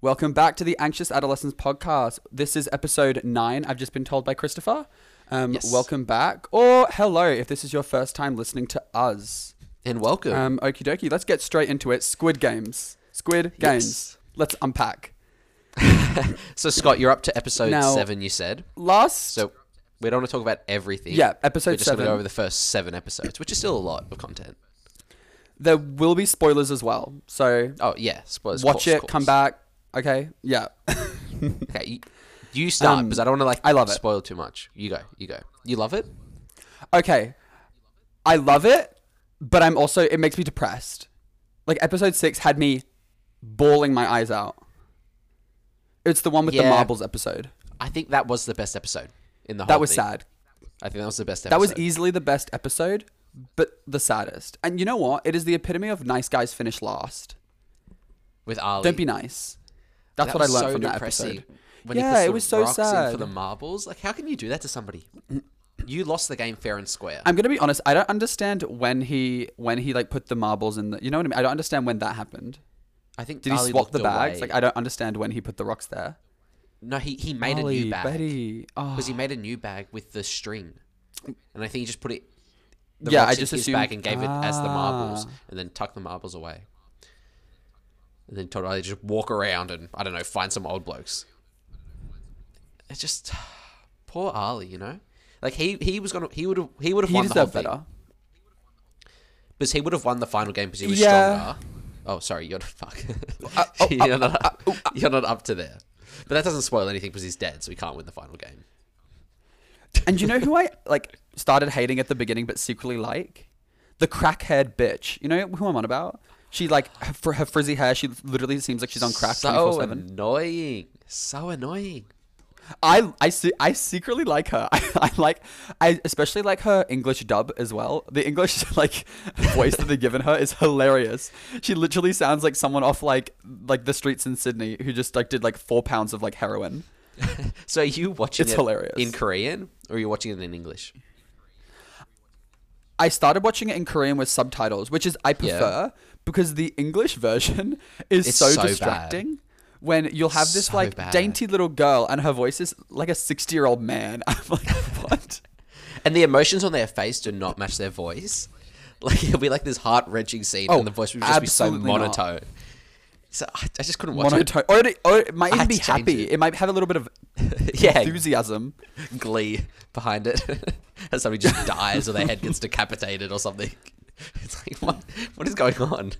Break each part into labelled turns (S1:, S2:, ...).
S1: Welcome back to the Anxious Adolescence podcast. This is episode nine. I've just been told by Christopher. Um,
S2: Yes.
S1: Welcome back, or hello if this is your first time listening to us.
S2: And welcome.
S1: Um, Okie dokie, let's get straight into it. Squid Games. Squid Games. Let's unpack.
S2: so Scott, you're up to episode
S1: Now-
S2: seven. You said
S1: Last.
S2: so. We don't want to talk about everything.
S1: yeah, episode
S2: We're just
S1: seven.
S2: going to go over the first seven episodes, which is still a lot of content.
S1: there will be spoilers as well. So
S2: Oh yeah, spoilers.
S1: watch
S2: course,
S1: it,
S2: course.
S1: come back. Okay. Yeah.
S2: Okay, you, you start
S1: Um,
S2: because I don't want to like.
S1: I love it.
S2: Spoil too much. You go. You go. You love it.
S1: okay. I love it, but I'm also, it makes me depressed. Like episode six had me bawling my eyes out. It's the one with the
S2: Yeah.
S1: marbles episode.
S2: I think that was the best episode in the whole.
S1: That was
S2: thing.
S1: sad.
S2: I think that was the best. episode.
S1: That was easily the best episode, but the saddest. And you know what? It is the epitome of nice guys finish last.
S2: with Ali.
S1: e- Don't be nice. That's
S2: That
S1: what I
S2: was
S1: learned
S2: so
S1: from that
S2: depressing
S1: episode.
S2: When he
S1: Yeah,
S2: puts
S1: it
S2: the
S1: was so
S2: rocks In for
S1: sad.
S2: the marbles, like how can you do that to somebody? You lost the game fair and square.
S1: I'm gonna be honest. I don't understand when he when he like put the marbles in the. You know what I mean? I don't understand when that happened.
S2: I think
S1: Did he
S2: Ali
S1: swap the
S2: looked
S1: bags?
S2: away.
S1: Like I don't understand when he put the rocks there.
S2: no, he he made a
S1: Ollie,
S2: new bag.
S1: Betty. Oh.
S2: because he made a new bag with the string, and I think he just put it. The
S1: Yeah,
S2: rocks
S1: I
S2: in
S1: just
S2: his
S1: assumed-
S2: bag and gave it as the marbles,
S1: Ah.
S2: and then tucked the marbles away. And then told Ali to just walk around and I don't know, find some old blokes. It's just poor Ali, you know. Like he he was gonna he would have he would have
S1: He
S2: won the whole
S1: deserved
S2: thing
S1: better.
S2: because he would have won the final game because he was
S1: Yeah.
S2: stronger. Oh, sorry, you're fuck.
S1: oh,
S2: you're, not, you're not up to there, but that doesn't spoil anything because he's dead, so he can't win the final game.
S1: And you know who I like started hating at the beginning, but secretly like the crackhead bitch. You know who I'm on about? She like her- for her frizzy hair. She literally seems like she's on crack
S2: so
S1: 24 seven.
S2: annoying. So annoying.
S1: I I se- I secretly like her. I, like I especially like her English dub as well. The English like voice that they've given her is hilarious. She literally sounds like someone off like like the streets in Sydney who just like did like four pounds of like heroin.
S2: So are you watching
S1: It's
S2: it
S1: hilarious.
S2: in Korean or are you watching it in English?
S1: I started watching it in Korean with subtitles, which is I prefer because the English version is
S2: It's
S1: so,
S2: so bad.
S1: distracting. When you'll have this
S2: So
S1: like
S2: bad.
S1: dainty little girl and her voice is like a sixty year old man. I'm like, what?
S2: And the emotions on their face do not match their voice. Like it'll be like this heart wrenching scene
S1: Oh,
S2: and the voice would just be so
S1: absolutely not.
S2: monotone. So I, I just couldn't watch
S1: monotone. Or it, or it might
S2: I
S1: even
S2: had
S1: be
S2: to change
S1: happy. It.
S2: it.
S1: might have a little bit of
S2: it. yeah.
S1: enthusiasm.
S2: Glee behind it. As somebody just dies or their head gets decapitated or something. It's like what what is going on?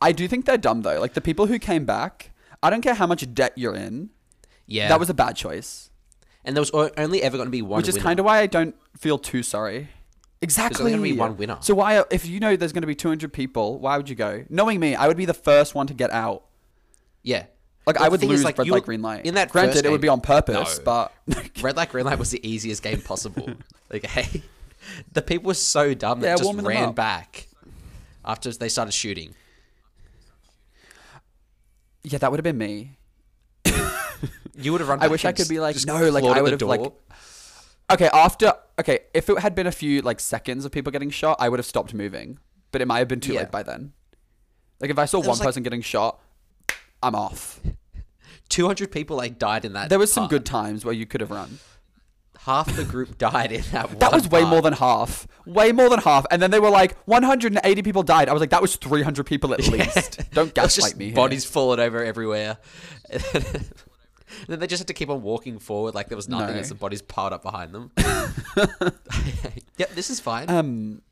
S1: I do think they're dumb though. Like the people who came back, I don't care how much debt you're in.
S2: Yeah.
S1: That was a bad choice,
S2: and there was o- only ever going to be one
S1: which is
S2: winner.
S1: kind of why I don't feel too sorry. Exactly.
S2: only gonna be one winner.
S1: So why, if you know there's going to be 200 people, why would you go? Knowing me, I would be the first one to get out.
S2: Yeah.
S1: Like
S2: Well,
S1: I
S2: the
S1: would
S2: thing is,
S1: lose
S2: like,
S1: red
S2: you-
S1: light, green light.
S2: In that
S1: granted,
S2: first
S1: it would be
S2: game-
S1: on purpose,
S2: No.
S1: but
S2: Red Light Green Light was the easiest game possible. like, hey, the people were so dumb that
S1: Yeah,
S2: just
S1: warming them
S2: ran
S1: up.
S2: back after they started shooting.
S1: yeah, that would have been me.
S2: You would have run.
S1: I
S2: Back
S1: wish I
S2: and
S1: could be like,
S2: just
S1: no, like
S2: clawed
S1: I
S2: at the
S1: would have
S2: door.
S1: like. Okay, after okay, if it had been a few like seconds of people getting shot, I would have stopped moving. But it might have been too
S2: Yeah.
S1: late by then. Like if I saw one
S2: was, like-
S1: person getting shot, I'm off.
S2: two hundred people like died in that.
S1: There was some
S2: part.
S1: good times where you could have run.
S2: Half the group died in that.
S1: That
S2: one
S1: was way
S2: part.
S1: more than half. Way more than half. And then they were like, 180 people died. I was like, that was 300 people at least. Don't
S2: It
S1: gaslight
S2: was just
S1: me. here.
S2: Bodies falling over everywhere. And then they just had to keep on walking forward like there was nothing
S1: No.
S2: as the bodies piled up behind them. yep, this is fine.
S1: Um,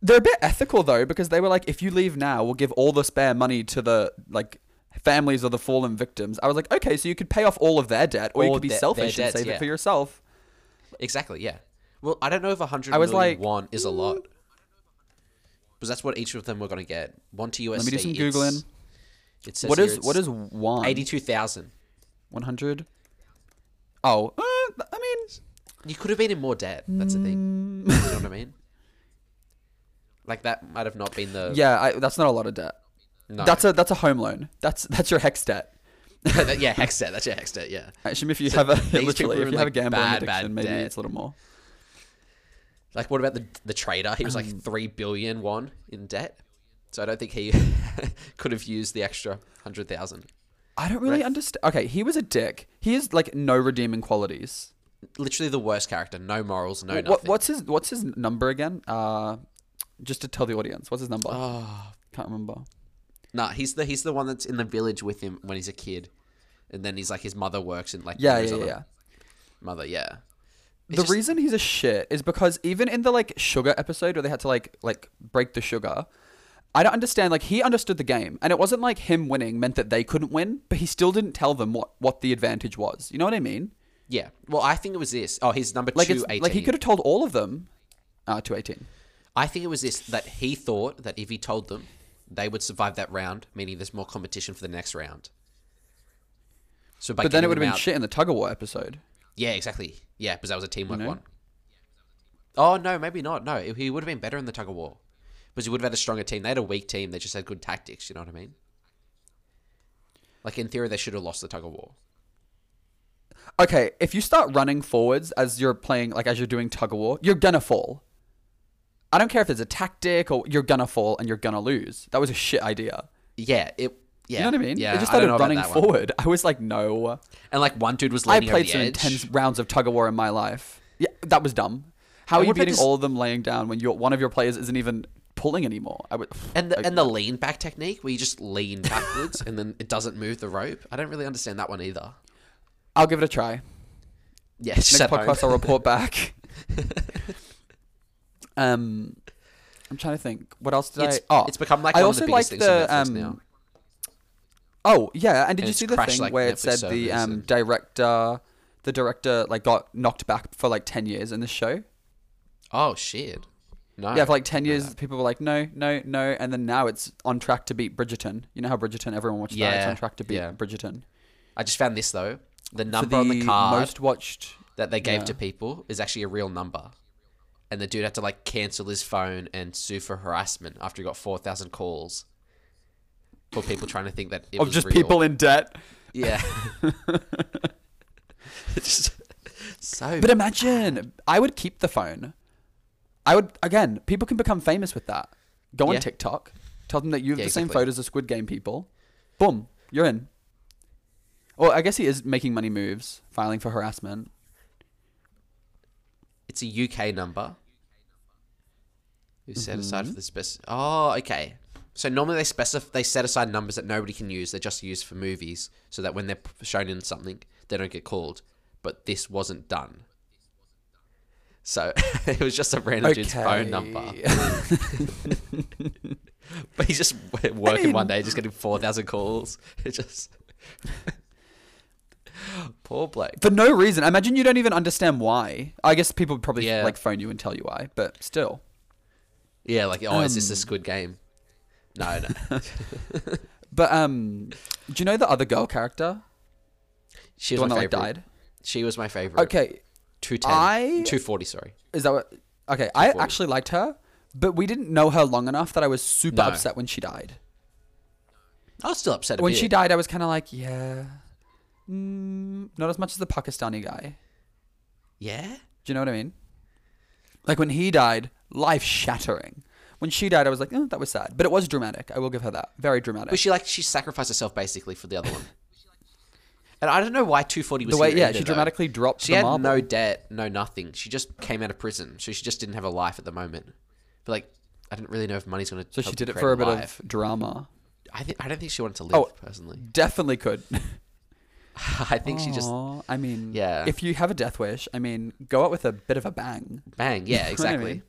S1: they're a bit ethical though because they were like, if you leave now, we'll give all the spare money to the like families of the fallen victims. I was like, okay, so you could pay off all of their debt, or you
S2: All
S1: could be
S2: their-
S1: selfish
S2: their
S1: and
S2: debts,
S1: save it
S2: yeah.
S1: for yourself.
S2: Exactly. Yeah. Well, I don't know if a hundred
S1: I was
S2: million
S1: like,
S2: won is a lot, because that's what each of them were going to get. One to USD.
S1: Let me do some
S2: it's-
S1: googling.
S2: It says
S1: What is what is one
S2: eighty-two thousand?
S1: one hundred? Oh, uh, th- I mean,
S2: You could have been in more debt. That's the thing. you know what I mean? Like that might have not been the.
S1: yeah, I, that's not a lot of debt.
S2: No.
S1: That's a that's a home loan. That's that's your hex debt.
S2: That- yeah hex debt. That's your hex debt. Yeah.
S1: Actually, if you have a
S2: these people
S1: literally,
S2: are
S1: if
S2: in,
S1: you have a
S2: like,
S1: gambling
S2: bad, bad
S1: addiction, maybe
S2: debt.
S1: it's a little more. Um,
S2: Like what about the the trader? He was like three billion won in debt. So I don't think he could have used the extra hundred thousand.
S1: I don't really
S2: Right.
S1: understand. Okay, he was a dick. He has like no redeeming qualities.
S2: Literally the worst character. No morals. No
S1: Wh-
S2: nothing.
S1: what, what's his What's his number again? Uh, just to tell the audience, what's his number?
S2: Oh.
S1: Can't remember.
S2: Nah, he's the he's the one that's in the village with him when he's a kid, and then he's like his mother works in like
S1: Yeah,
S2: his
S1: yeah, yeah.
S2: other
S1: yeah.
S2: mother yeah.
S1: The
S2: It's just-
S1: reason he's a shit is because even in the like sugar episode where they had to like like break the sugar, I don't understand. Like he understood the game, and it wasn't like him winning meant that they couldn't win, but he still didn't tell them what what the advantage was. You know what I mean?
S2: yeah. Well, I think it was this. Oh, he's number
S1: Like
S2: two
S1: it's
S2: eighteen.
S1: like he could have told all of them. Uh, two eighteen.
S2: I think it was this that he thought that if he told them, they would survive that round, meaning there's more competition for the next round. So, by
S1: But then it
S2: getting
S1: would have
S2: them
S1: been
S2: out-
S1: shit in the tug of war episode.
S2: Yeah, exactly. Yeah, because that was a teamwork
S1: know?
S2: one. Oh no, maybe not. No, he would have been better in the tug of war, because he would have had a stronger team. They had a weak team. They just had good tactics. You know what I mean? Like in theory, they should have lost the tug of war.
S1: Okay, if you start running forwards as you're playing, like as you're doing tug of war, you're gonna fall. I don't care if it's a tactic or you're gonna fall and you're gonna lose. That was a shit idea.
S2: Yeah, it. Yeah,
S1: You know what I mean?
S2: Yeah,
S1: they just
S2: I
S1: started
S2: don't know about
S1: running
S2: that one.
S1: forward. I was like, no.
S2: and like one dude was
S1: I
S2: leaning
S1: played
S2: over the
S1: some
S2: edge.
S1: intense rounds of tug of war in my life. Yeah, that was dumb. How are
S2: And
S1: you
S2: what about
S1: beating
S2: just-
S1: all of them laying down when your one of your players isn't even pulling anymore? I would.
S2: And the,
S1: like,
S2: and the lean back technique, where you just lean backwards and then it doesn't move the rope. I don't really understand that one either.
S1: I'll give it a try.
S2: Yeah, it's
S1: Next
S2: just at home.
S1: podcast, I'll report back. um, I'm trying to think. What else did
S2: It's,
S1: I? Oh,
S2: it's become like
S1: I
S2: one
S1: also
S2: of the
S1: like
S2: biggest things on
S1: the, um,
S2: Netflix now.
S1: Oh yeah, and did
S2: And
S1: you
S2: it's
S1: see the
S2: crashed,
S1: thing
S2: like,
S1: where it
S2: Netflix
S1: said the
S2: servers
S1: um,
S2: and-
S1: director, the director like got knocked back for like ten years in this show?
S2: Oh shit! No.
S1: yeah, for like ten years, people were like, no, no, no, and then now it's on track to beat Bridgerton. You know how Bridgerton, everyone watched that. It's
S2: Yeah,
S1: on track to beat
S2: yeah.
S1: Bridgerton.
S2: I just found this though. The
S1: For
S2: number on the card
S1: most watched.
S2: that they gave
S1: yeah.
S2: to people is actually a real number. And the dude had to like cancel his phone and sue for harassment after he got 4,000 calls for people trying to think that it
S1: Of
S2: was
S1: just
S2: real.
S1: people in debt.
S2: Yeah. It's just so
S1: But imagine, I would keep the phone. I would again. People can become famous with that. Go on
S2: Yeah.
S1: TikTok, tell them that you have
S2: Yeah,
S1: the same
S2: exactly.
S1: photos as Squid Game people. Boom, you're in. Well, I guess he is making money moves, filing for harassment.
S2: it's a UK number. Who set aside
S1: Mm-hmm.
S2: for the spec? Oh, okay. So normally they specify they set aside numbers that nobody can use. They're just used for movies, so that when they're p- shown in something, they don't get called. But this wasn't done. So it was just a random dude's phone number. But he's just w- working one day, just getting four thousand calls. It just poor Blake.
S1: for no reason. I imagine you don't even understand why. I guess people would probably
S2: Yeah.
S1: like phone you and tell you why, but still.
S2: Yeah, like oh, is
S1: Um.
S2: this a Squid Game? No, no.
S1: But um, do you know the other girl character,
S2: She
S1: the one
S2: was my
S1: that like
S2: favorite.
S1: died?
S2: She was my favorite.
S1: Okay,
S2: 210.
S1: I-
S2: 240, sorry.
S1: Is that what? Okay, I
S2: forward.
S1: actually liked her, but we didn't know her long enough that I was super
S2: No.
S1: upset when she died.
S2: I was still upset a
S1: When
S2: bit.
S1: she died, I was kind of like, yeah, mm, not as much as the Pakistani guy.
S2: Yeah?
S1: Do you know what I mean? Like when he died, life shattering. When she died, I was like, oh, that was sad, but it was dramatic. I will give her that. Very dramatic.
S2: But she, like, she sacrificed herself basically for the other one. and I don't know why 240 was
S1: the way,
S2: here
S1: yeah,
S2: either,
S1: she
S2: though.
S1: dramatically dropped
S2: She
S1: the
S2: had
S1: marble.
S2: no debt, no nothing. She just came out of prison. So she just didn't have a life at the moment. But, like, I didn't really know if money's going to.
S1: so she did it for a bit of drama.
S2: I, think, I don't think she wanted to live,
S1: Oh.
S2: personally.
S1: Definitely could.
S2: I think she just.
S1: Aw, I mean,
S2: Yeah.
S1: If you have a death wish, I mean, go out with a bit of a bang.
S2: Bang.
S1: You
S2: Yeah,
S1: know what I
S2: exactly. I,
S1: mean?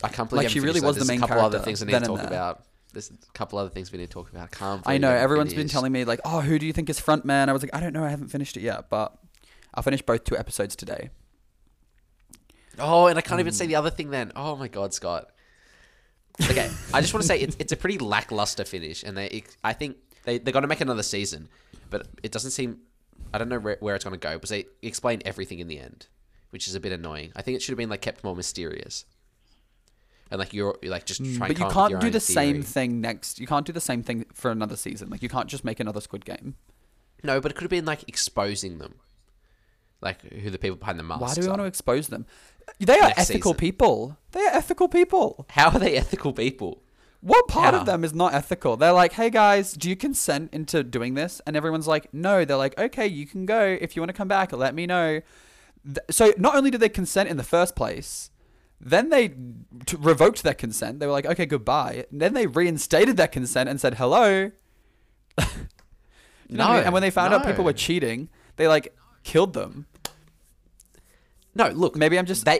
S2: can't believe
S1: Like,
S2: I haven't
S1: she really
S2: finished that.
S1: was the
S2: There's
S1: main
S2: a couple other
S1: character
S2: things I need
S1: then
S2: to
S1: and
S2: talk
S1: there.
S2: about. There's a couple other things we need to talk about. I can't
S1: I
S2: believe
S1: know
S2: haven't
S1: everyone's been
S2: finished.
S1: telling me like, oh, who do you think is front man? I was like, I don't know, I haven't finished it yet, but I'll finish both two episodes today.
S2: Oh, and I can't even
S1: Hmm.
S2: say the other thing then. Oh my god, Scott. Okay, I just want to say it's, it's a pretty lackluster finish, and they it, I think they they got to make another season, but it doesn't seem. I don't know where, where it's going to go because they explain everything in the end, which is a bit annoying. I think it should have been like kept more mysterious, and like you're you're, like just trying.
S1: Hmm. But you
S2: come up with
S1: can't
S2: your
S1: do
S2: own
S1: the same
S2: theory.
S1: thing next. You can't do the same thing for another season. Like you can't just make another Squid Game.
S2: No, but it could have been like exposing them, like who the people behind the masks.
S1: Why do we
S2: are.
S1: want to expose them? They are
S2: Oh, Next
S1: ethical
S2: season.
S1: people. They are ethical people.
S2: How are they ethical people?
S1: What part
S2: Yeah.
S1: of them is not ethical? They're like, hey guys, do you consent into doing this? And everyone's like, no. They're like, okay, you can go. If you want to come back, let me know. Th- So not only did they consent in the first place, then they t- revoked their consent. They were like, okay, goodbye. And then they reinstated their consent and said, hello. You know what I mean?
S2: No,
S1: And when they found out people
S2: no.
S1: were cheating, they like killed them.
S2: No, look,
S1: Maybe I'm just
S2: they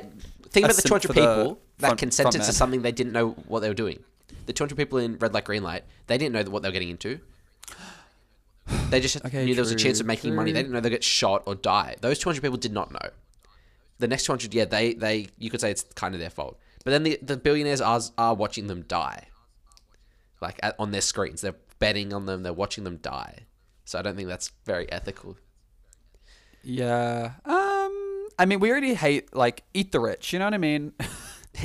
S2: think
S1: a
S2: about the
S1: simp
S2: 200
S1: for the
S2: people that
S1: front-
S2: consented
S1: front
S2: to
S1: man.
S2: something they didn't know what they were doing. The 200 people in red light, green light, they didn't know what they were getting into. They just
S1: Okay,
S2: knew there was a chance
S1: true,
S2: of making money. They
S1: true.
S2: didn't know they'd get shot or die. Those 200 people did not know. The next 200, yeah, they, they you could say it's kind of their fault. But then the, the billionaires are, are watching them die. Like at, on their screens. They're betting on them. They're watching them die. So I don't think that's very ethical.
S1: yeah. Um, I mean, we already hate like eat the rich. You know what I mean?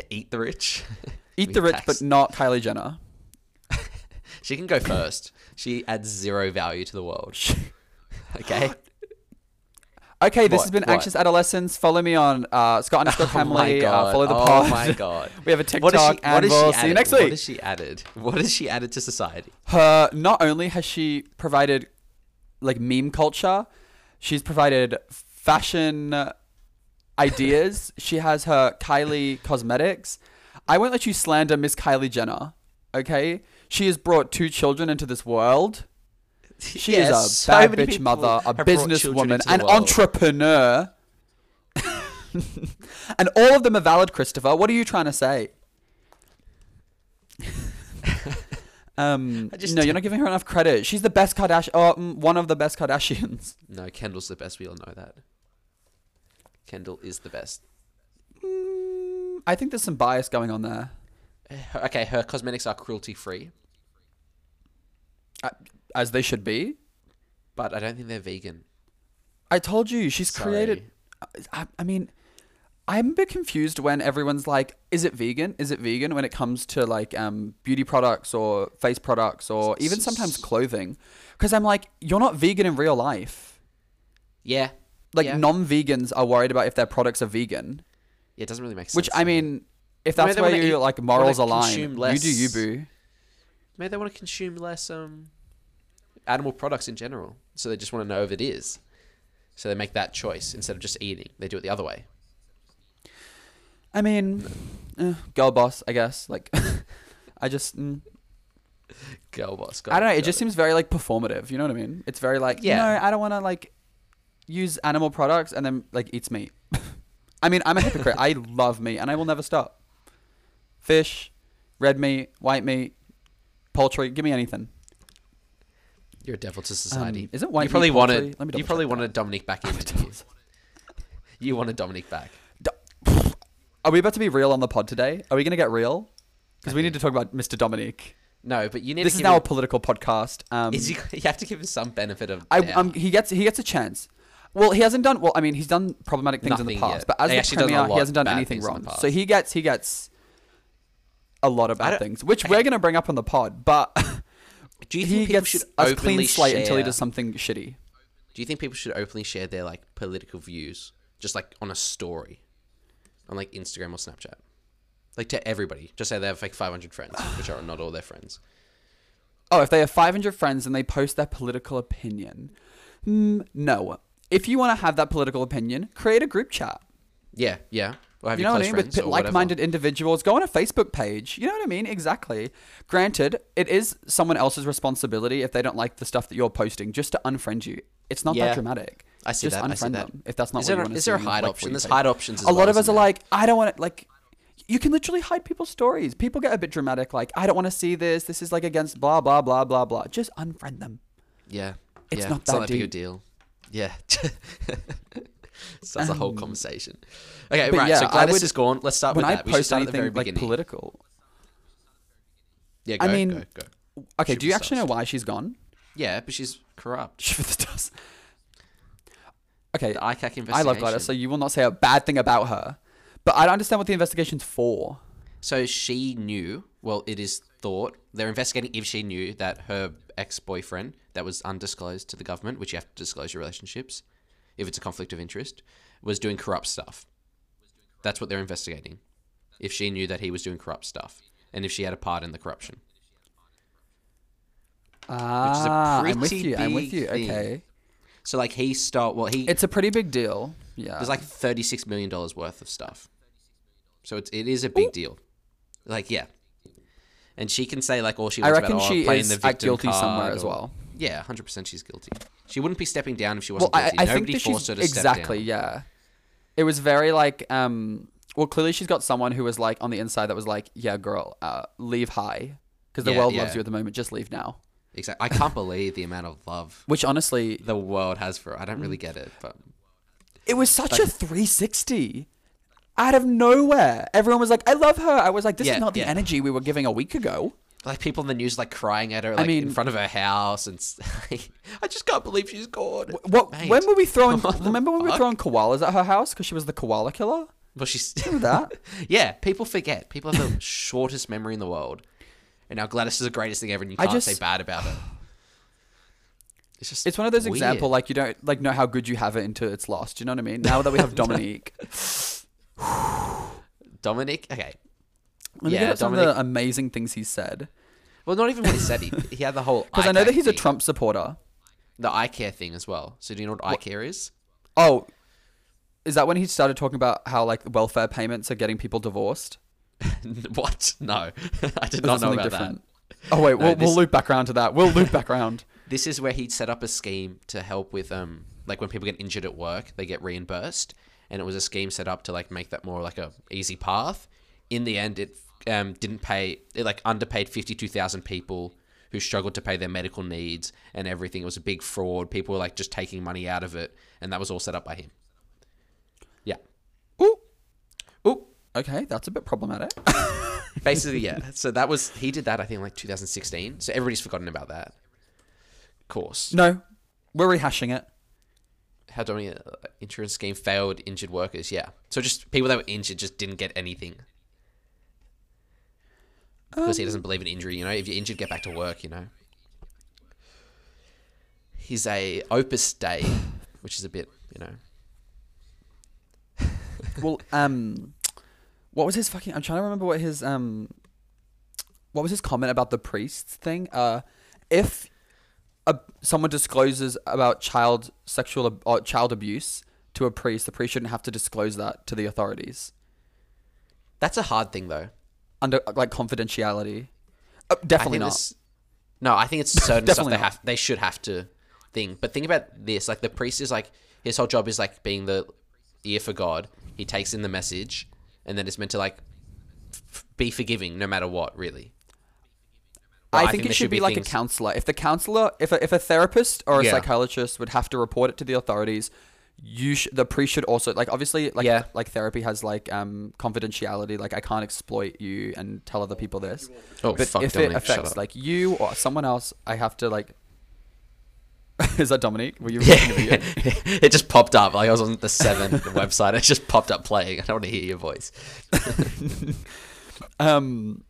S2: Eat the rich.
S1: eat
S2: We
S1: the rich,
S2: tax
S1: but not Kylie Jenner.
S2: She can go first. She adds zero value to the world. Okay.
S1: Okay, this
S2: What?
S1: has been
S2: What?
S1: Anxious Adolescence. Follow me on uh, Scott underscore Hamley. uh, follow the
S2: oh
S1: pod.
S2: my god.
S1: We have a
S2: What has she-
S1: TikTok,
S2: what
S1: and
S2: has she
S1: we'll see you
S2: added?
S1: next
S2: What
S1: week.
S2: has she added? What has she added to society?
S1: Her not only has she provided like meme culture, she's provided fashion ideas. she has her Kylie cosmetics. I won't let you slander Miss Kylie Jenner. Okay, she has brought two children into this world. She
S2: Yeah,
S1: is a
S2: so
S1: bad
S2: many
S1: bitch
S2: people
S1: mother, a
S2: have brought children
S1: businesswoman,
S2: into the
S1: an
S2: world.
S1: entrepreneur. and all of them are valid, Christopher. What are you trying to say? um,
S2: I just
S1: no, you're not giving her enough credit. She's the best Kardashian, or mm, one of the best Kardashians.
S2: No, Kendall's the best. We all know that. Kendall is the best.
S1: Mm, I think there's some bias going on there.
S2: Her- Okay, her cosmetics are cruelty free,
S1: A- uh, As they should be.
S2: but I don't think they're vegan.
S1: I told you she's created. I, I mean, I'm a bit confused when everyone's like, "Is it vegan? Is it vegan?" When it comes to like um, beauty products or face products or even sometimes clothing, because I'm like, you're not vegan in real life.
S2: Yeah.
S1: Like
S2: yeah.
S1: non-vegans are worried about if their products are vegan,
S2: Yeah, it doesn't really make sense.
S1: which I
S2: to me.
S1: mean, if
S2: Maybe
S1: that's
S2: they
S1: where
S2: wanna
S1: your
S2: eat-
S1: like morals
S2: wanna
S1: align,
S2: consume
S1: you do you
S2: less.
S1: boo.
S2: maybe they want to consume less um, animal products in general. So they just want to know if it is. So they make that choice instead of just eating. They do it the other way.
S1: I mean, eh, girl boss, I guess. Like, I just. Mm,
S2: Girl boss. got
S1: I don't know. It
S2: got
S1: just seems very like performative. You know what I mean? It's very like,
S2: Yeah.
S1: yeah. no, I don't want to like use animal products and then like eats meat. I mean, I'm a hypocrite. I love meat and I will never stop. Fish, red meat, white meat, poultry. Give me anything.
S2: You're a devil to society.
S1: Um, isn't white
S2: you probably
S1: meat poultry?
S2: wanted
S1: Let me
S2: you
S1: double
S2: probably
S1: check
S2: wanted Dominic back in. didn't you? you wanted Dominic back.
S1: Are we about to be real on the pod today? Are we going to get real? Because we need to talk about Mr. Dominique.
S2: No, but you need
S1: This
S2: to
S1: is
S2: give
S1: now a
S2: him,
S1: political podcast. Um,
S2: is you, you have to give him some benefit of
S1: I,
S2: doubt.
S1: um, he gets he gets a chance. Well, he hasn't done well. I mean, he's done problematic things in
S2: Nothing
S1: the past,
S2: yet.
S1: but as
S2: He
S1: the
S2: actually done a
S1: premier, he
S2: lot
S1: hasn't done
S2: bad
S1: anything
S2: things in the
S1: wrong.
S2: past.
S1: So he gets he gets a lot of bad
S2: don't-
S1: things, which we're gonna bring up on the pod. But
S2: do you think
S1: he
S2: people
S1: gets
S2: should
S1: a
S2: openly
S1: clean slate
S2: share,
S1: until he does something shitty.
S2: Do you think people should openly share their like political views just like on a story on like Instagram or Snapchat? Like to everybody. Just say they have like 500 friends, which are not all their friends.
S1: Oh, if they have 500 friends and they post their political opinion, mm, no. If you want to have that political opinion, create a group chat.
S2: Yeah, yeah. Or have
S1: you
S2: your
S1: know what I
S2: close
S1: mean? With
S2: friends or whatever.
S1: like-minded individuals, go on a Facebook page. You know what I mean? Exactly. Granted, it is someone else's responsibility if they don't like the stuff that you're posting, just to unfriend you. It's not
S2: Yeah.
S1: that dramatic.
S2: I see
S1: just
S2: that, I
S1: Unfriend
S2: see that.
S1: them if that's not what
S2: Is there
S1: you
S2: a-
S1: want to
S2: is
S1: see.
S2: there a
S1: in,
S2: hide
S1: like, what
S2: option?
S1: you
S2: There's
S1: post.
S2: hide options as
S1: a lot of
S2: well,
S1: us
S2: isn't
S1: are
S2: there?
S1: like, I don't want to like. You can literally hide people's stories. People get a bit dramatic, like, I don't want to see this. This is like against blah blah blah blah blah. Just unfriend them.
S2: Yeah.
S1: It's
S2: yeah.
S1: not
S2: it's not
S1: that
S2: that big a
S1: deep.
S2: deal. Yeah. so that's a whole conversation. Okay,
S1: Um, but
S2: right.
S1: yeah,
S2: so
S1: I
S2: Gladys
S1: would-
S2: is gone. Let's start
S1: When
S2: Uh, with
S1: I
S2: that. We should
S1: post
S2: start at the very
S1: anything like
S2: beginning.
S1: political,
S2: yeah, go,
S1: I mean-
S2: go, go.
S1: okay.
S2: She
S1: Do you
S2: was
S1: actually know why she's gone?
S2: Yeah, but she's corrupt.
S1: Shiver the dust. Okay,
S2: The ICAC investigation.
S1: I love Gladys, so you will not say a bad thing about her. But I don't understand what the investigation's for.
S2: So she knew, well, it is thought, they're investigating if she knew that her ex boyfriend, that was undisclosed to the government, which you have to disclose your relationships if it's a conflict of interest, was doing corrupt stuff. That's what they're investigating. If she knew that he was doing corrupt stuff and if she had a part in the corruption.
S1: Ah, I'm with
S2: pretty
S1: you. I'm with
S2: big
S1: you.
S2: thing.
S1: Okay.
S2: So like he stole well he
S1: It's a pretty big deal. Yeah.
S2: there's like thirty six million dollars worth of stuff. So it's it is a big deal. Like yeah. And she can say like all she
S1: I
S2: wants
S1: reckon
S2: about oh,
S1: she
S2: playing the
S1: is
S2: victim
S1: guilty
S2: card
S1: somewhere as
S2: or-
S1: well.
S2: Yeah, hundred percent she's guilty. She wouldn't be stepping down if she
S1: Well,
S2: wasn't
S1: I,
S2: guilty.
S1: I think
S2: Nobody
S1: that
S2: forced
S1: she's
S2: her to
S1: exactly
S2: step down.
S1: yeah. It was very like um. Well, clearly she's got someone who was like on the inside that was like, yeah, girl, uh, leave high because the
S2: Yeah,
S1: world
S2: yeah.
S1: loves you at the moment. Just leave now.
S2: Exactly. I can't believe the amount of love
S1: Which honestly,
S2: the world has for her. I don't really get it, but
S1: it was such a 360 out of nowhere. Everyone was like, I love her. I was like, this
S2: Yeah,
S1: is not the
S2: yeah.
S1: energy we were giving a week ago.
S2: like people in the news like crying at her like in
S1: mean-
S2: front of her house and s- I just can't believe she's gone.
S1: What?
S2: Mate.
S1: When were we throwing?
S2: What the
S1: remember when we were
S2: fuck?
S1: throwing koalas at her house because she was the koala killer?
S2: Well, she's
S1: that?
S2: yeah, people forget. People have the shortest memory in the world, and now Gladys is the greatest thing ever, and you
S1: I
S2: can't say
S1: just-
S2: bad about it. It's just
S1: It's one of those
S2: weird.
S1: example like you don't like know how good you have it until it's lost. You know what I mean? Now that we have Dominique,
S2: Dominic. Okay,
S1: let me
S2: Yeah,
S1: get up some of the
S2: Dominique-
S1: amazing things he said
S2: well, not even what he said. He, he had the whole
S1: because I know that
S2: care
S1: he's a
S2: thing,
S1: Trump supporter.
S2: the eye care thing as well. So do you know what, eye care is?
S1: Oh, is that when he started talking about how like welfare payments are getting people divorced?
S2: what? No, I did
S1: Or is
S2: not
S1: that
S2: know
S1: something
S2: about
S1: different?
S2: that.
S1: Oh wait, we'll,
S2: this-
S1: we'll loop back around to that. We'll loop back around.
S2: This is where he set up a scheme to help with um like when people get injured at work, they get reimbursed, and it was a scheme set up to like make that more like a easy path. In the end, it um didn't pay it like underpaid fifty two thousand people who struggled to pay their medical needs and everything. It was a big fraud. People were like just taking money out of it, and that was all set up by him. Yeah.
S1: Ooh,
S2: Oop.
S1: okay, that's a bit problematic.
S2: Basically, yeah. So that was he did that I think in, like 2016. So everybody's forgotten about that. Of course.
S1: no, we're rehashing it.
S2: how Dominion uh, insurance scheme failed injured workers. Yeah, so just people that were injured just didn't get anything because he doesn't believe in injury. You know, if you're injured, get back to work. You know, he's a Opus Day, which is a bit you know.
S1: Well, um, what was his fucking? I'm trying to remember what his um, what was his comment about the priests thing? Uh, if a, someone discloses about child sexual ab- or child abuse to a priest, the priest shouldn't have to disclose that to the authorities
S2: That's a hard thing though.
S1: under like confidentiality. Uh, definitely not.
S2: this- no, I think it's certain stuff
S1: Definitely
S2: they
S1: not.
S2: have they should have to thing. But think about this: like the priest is like his whole job is like being the ear for God. He takes in the message, and then it's meant to like f- be forgiving no matter what. Really,
S1: I,
S2: I
S1: think,
S2: think
S1: it
S2: there
S1: should
S2: should
S1: be,
S2: be
S1: like
S2: things-
S1: a counselor. If the counselor, if a, if a therapist or a
S2: Yeah.
S1: psychiatrist would have to report it to the authorities, you sh- the priest should also like obviously like
S2: Yeah.
S1: like therapy has like um confidentiality. Like I can't exploit you and tell other people this.
S2: Oh,
S1: but
S2: fuck,
S1: if it
S2: Dominic, shut
S1: affects
S2: up.
S1: like you or someone else, I have to like. Is that Dominique? Were you?
S2: yeah, it just popped up. Like I was on the seven website, it just popped up playing. I don't want to hear your voice.
S1: Um,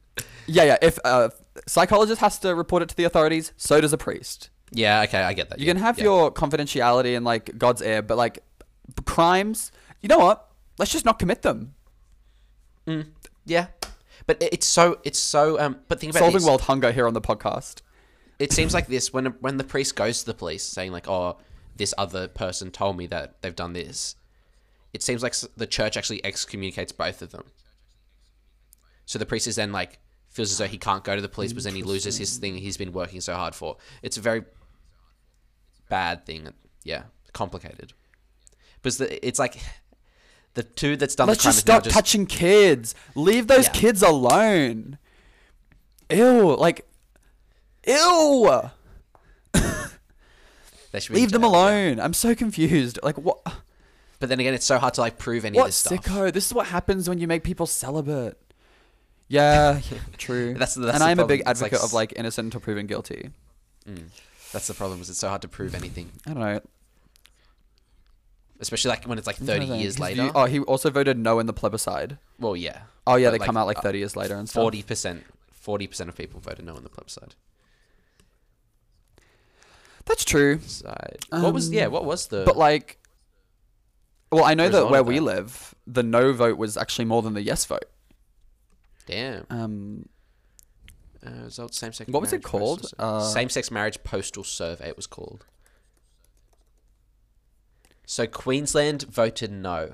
S1: yeah, yeah. If a psychologist has to report it to the authorities, so does a priest.
S2: Yeah, okay, I get that.
S1: You
S2: yeah,
S1: can have
S2: yeah.
S1: your confidentiality and like God's air, but like b- crimes, you know what? Let's just not commit them.
S2: yeah, but it- it's so it's so um. But think about
S1: Solving
S2: this.
S1: world hunger here on the podcast.
S2: it seems like this when when the priest goes to the police saying like oh this other person told me that they've done this it seems like s- the church actually excommunicates both of them so the priest is then like feels as though he can't go to the police because then he loses his thing he's been working so hard for it's a very bad thing yeah complicated because the, it's like the two that's done
S1: Let's
S2: the crime
S1: just
S2: is now
S1: stop
S2: just
S1: touching kids. Leave those
S2: Yeah.
S1: kids alone. Ew, like, ew.
S2: they should be in
S1: Leave them
S2: jail, yeah.
S1: alone. I'm so confused. Like, what?
S2: but then again it's so hard to like prove any of
S1: What
S2: this stuff
S1: sicko? This is what happens when you make people celibate. Yeah, yeah, true.
S2: That's- that's
S1: and
S2: the
S1: I'm a big
S2: problem. It's like
S1: advocate of
S2: s-
S1: like innocent until proven guilty.
S2: Mm. that's the problem is it's so hard to prove anything
S1: I don't know.
S2: especially like when it's like 30
S1: Nothing.
S2: years
S1: 'Cause
S2: later
S1: you- oh, he also voted no in the plebiscide.
S2: Well, yeah.
S1: Oh yeah,
S2: But, uh,
S1: they come out like thirty years later and stuff.
S2: Forty percent, forty percent of people voted no on the plebiscite.
S1: That's true.
S2: Side. what was? Yeah, what was the?
S1: Um, But like, well, I know that
S2: Result
S1: where
S2: of
S1: we
S2: that.
S1: live, the no vote was actually more than the yes vote.
S2: damn,
S1: Um,
S2: Uh, result same sex.
S1: What was it called? Uh,
S2: same sex marriage postal survey. It was called. So Queensland voted no.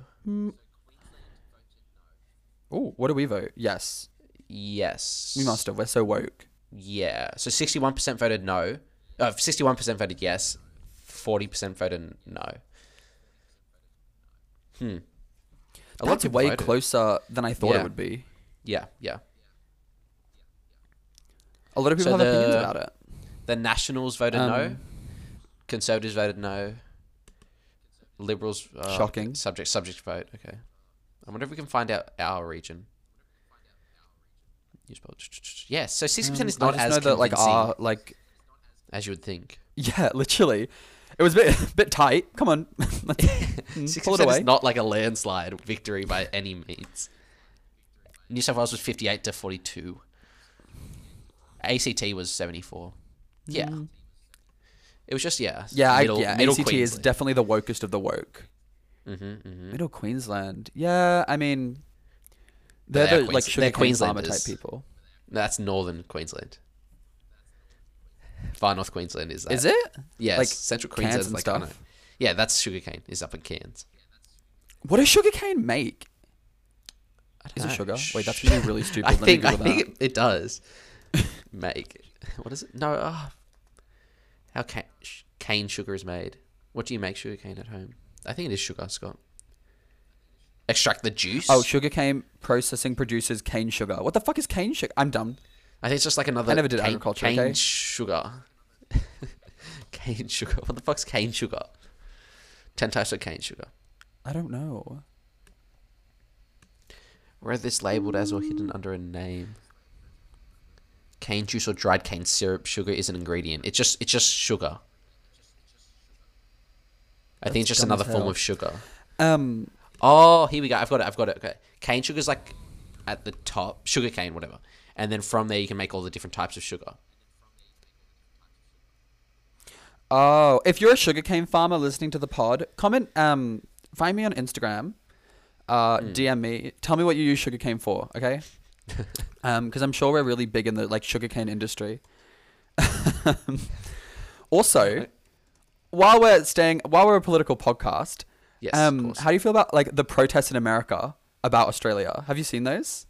S1: Oh, what do we vote? Yes.
S2: Yes.
S1: We must have. We're so woke.
S2: Yeah. So sixty-one percent voted no. Uh, Sixty-one percent voted yes. Forty percent voted no. Hmm. A lot
S1: That's
S2: of people
S1: way
S2: voted.
S1: closer than I thought
S2: Yeah.
S1: it would be.
S2: Yeah, yeah.
S1: A lot of people
S2: So
S1: have opinions
S2: the-
S1: about it.
S2: The Nationals voted no.
S1: Um,
S2: Conservatives voted no. Liberals. Uh,
S1: Shocking.
S2: Subject subject vote. Okay. I wonder if we can find out our region. News poll. Yes. So sixty percent is
S1: Um, I
S2: not
S1: just
S2: as
S1: know that, like,
S2: convincing
S1: our, like,
S2: as you would think.
S1: yeah, literally. It was a bit, bit tight. Come on. Let's- mm,
S2: Sixty
S1: Pull it
S2: percent
S1: away.
S2: is not like a landslide victory by any means. New South Wales was fifty-eight to forty-two. ACT was seventy-four. Yeah. It was just yeah.
S1: Hmm. yeah, I,
S2: middle-
S1: yeah.
S2: middle
S1: ACT is
S2: Queensland.
S1: definitely the wokest of the woke.
S2: Mm-hmm, mm-hmm.
S1: Middle Queensland. Yeah, I mean, they're,
S2: They're
S1: the like
S2: Queens-
S1: sugar
S2: they're
S1: cane farmer type
S2: Queenslanders.
S1: people.
S2: No, that's northern Queensland. Far north Queensland is that.
S1: Is it?
S2: Yes.
S1: Like,
S2: central
S1: Cairns
S2: Queensland is
S1: and
S2: like I
S1: stuff?
S2: know. Yeah, that's sugarcane. Is up in Cairns.
S1: What does sugar cane make?
S2: I don't
S1: Is it
S2: know.
S1: sugar? Wait, that's
S2: Ah, Sh-
S1: really really stupid.
S2: I
S1: Let me
S2: think I
S1: Google that.
S2: think it, it does. Make what is it? No. ah. how ca- sh- cane sugar is made? What do you make sugarcane at home? I think it is sugar, Scott. Extract the juice.
S1: Oh, sugar cane processing produces cane sugar. What the fuck is cane sugar? I'm dumb.
S2: I think it's just like another.
S1: I never did
S2: cane,
S1: agriculture,
S2: Cane
S1: okay?
S2: sugar. cane sugar. What the fuck's cane sugar? Ten types of cane sugar.
S1: I don't know.
S2: Whether it's labeled as or hidden under a name. Cane juice or dried cane syrup. Sugar is an ingredient. It's just it's just sugar. I think it's just
S1: dumb as
S2: another form
S1: hell.
S2: of sugar.
S1: Um,
S2: Oh, here we go. I've got it. I've got it. Okay. Cane sugar's like at the top, sugar cane, whatever. And then from there, you can make all the different types of sugar.
S1: Oh, if you're a sugarcane farmer listening to the pod, comment. Um, find me on Instagram. Uh,
S2: Hmm.
S1: DM me. Tell me what you use sugarcane for. Okay. um, because I'm sure we're really big in the like sugarcane industry. also, while we're staying, while we're a political podcast,
S2: Yes. of
S1: um,
S2: course.
S1: how do you feel about like the protests in America about Australia? Have you seen those?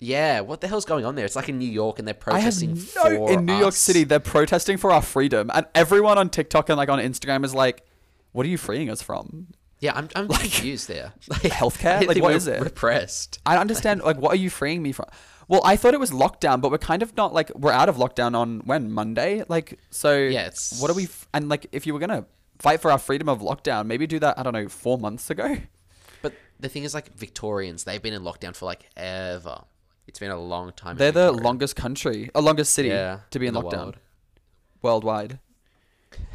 S2: Yeah, what the hell's going on there? It's like in New York and they're
S1: I have
S2: protesting
S1: no
S2: for
S1: in New York
S2: us.
S1: City. They're protesting for our freedom, and everyone on TikTok and like on Instagram is like, "What are you freeing us from?"
S2: Yeah, I'm, I'm confused there. Like,
S1: healthcare?
S2: I
S1: Like,
S2: think
S1: what
S2: we're
S1: is it?
S2: Repressed.
S1: I don't understand. like, what are you freeing me from? Well, I thought it was lockdown, but we're kind of not like we're out of lockdown on when Monday. Like, so
S2: Yeah, it's-
S1: what are we? F- and like, if you were gonna fight for our freedom of lockdown, maybe do that. I don't know, four months ago.
S2: But the thing is, like Victorians, they've been in lockdown for like ever. It's been a long time. in
S1: They're the
S2: Victoria.
S1: longest country, or longest city
S2: Yeah,
S1: to be in,
S2: in the
S1: lockdown
S2: world.
S1: worldwide.